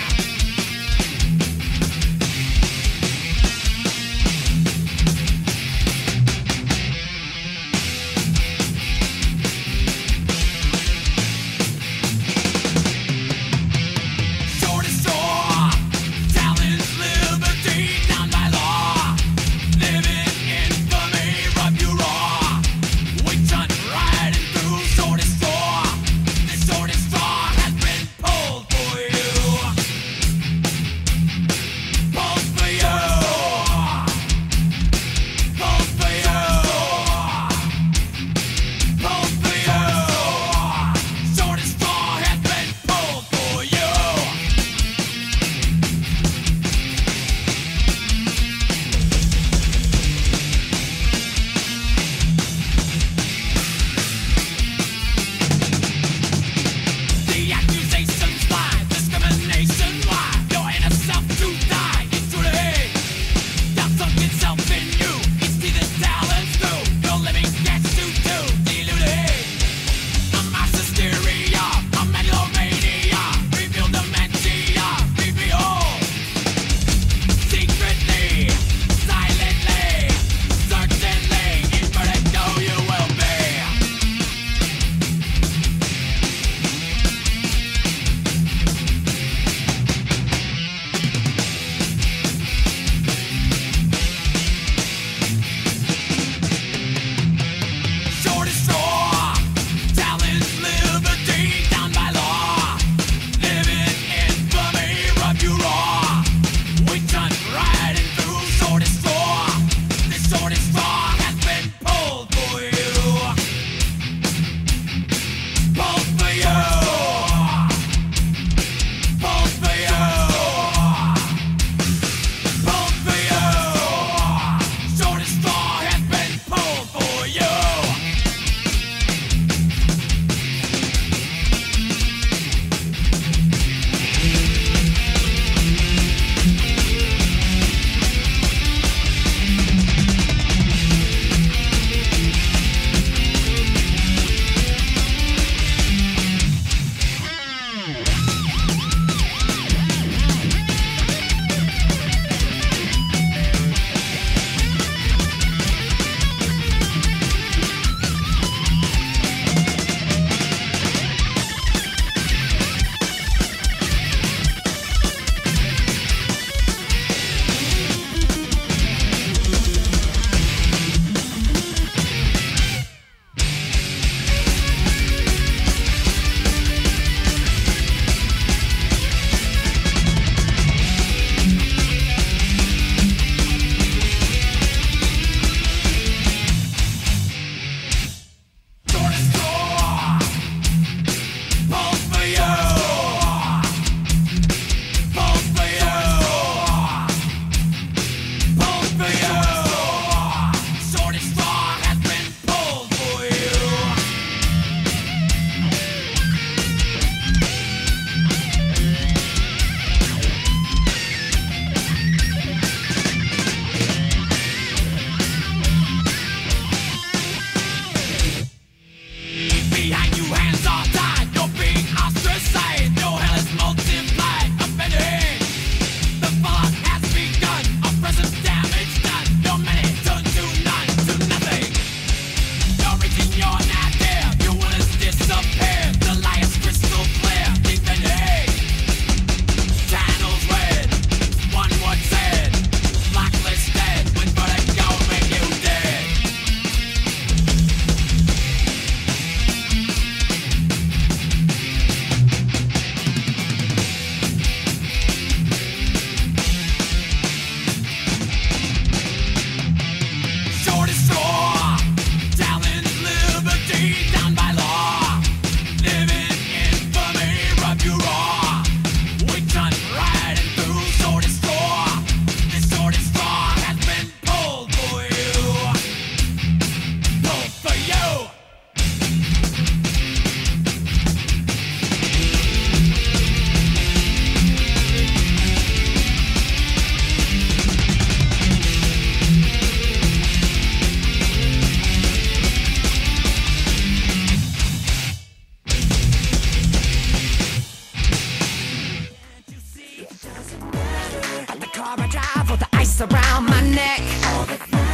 Speaker 20: At the car I drive with the ice around my neck.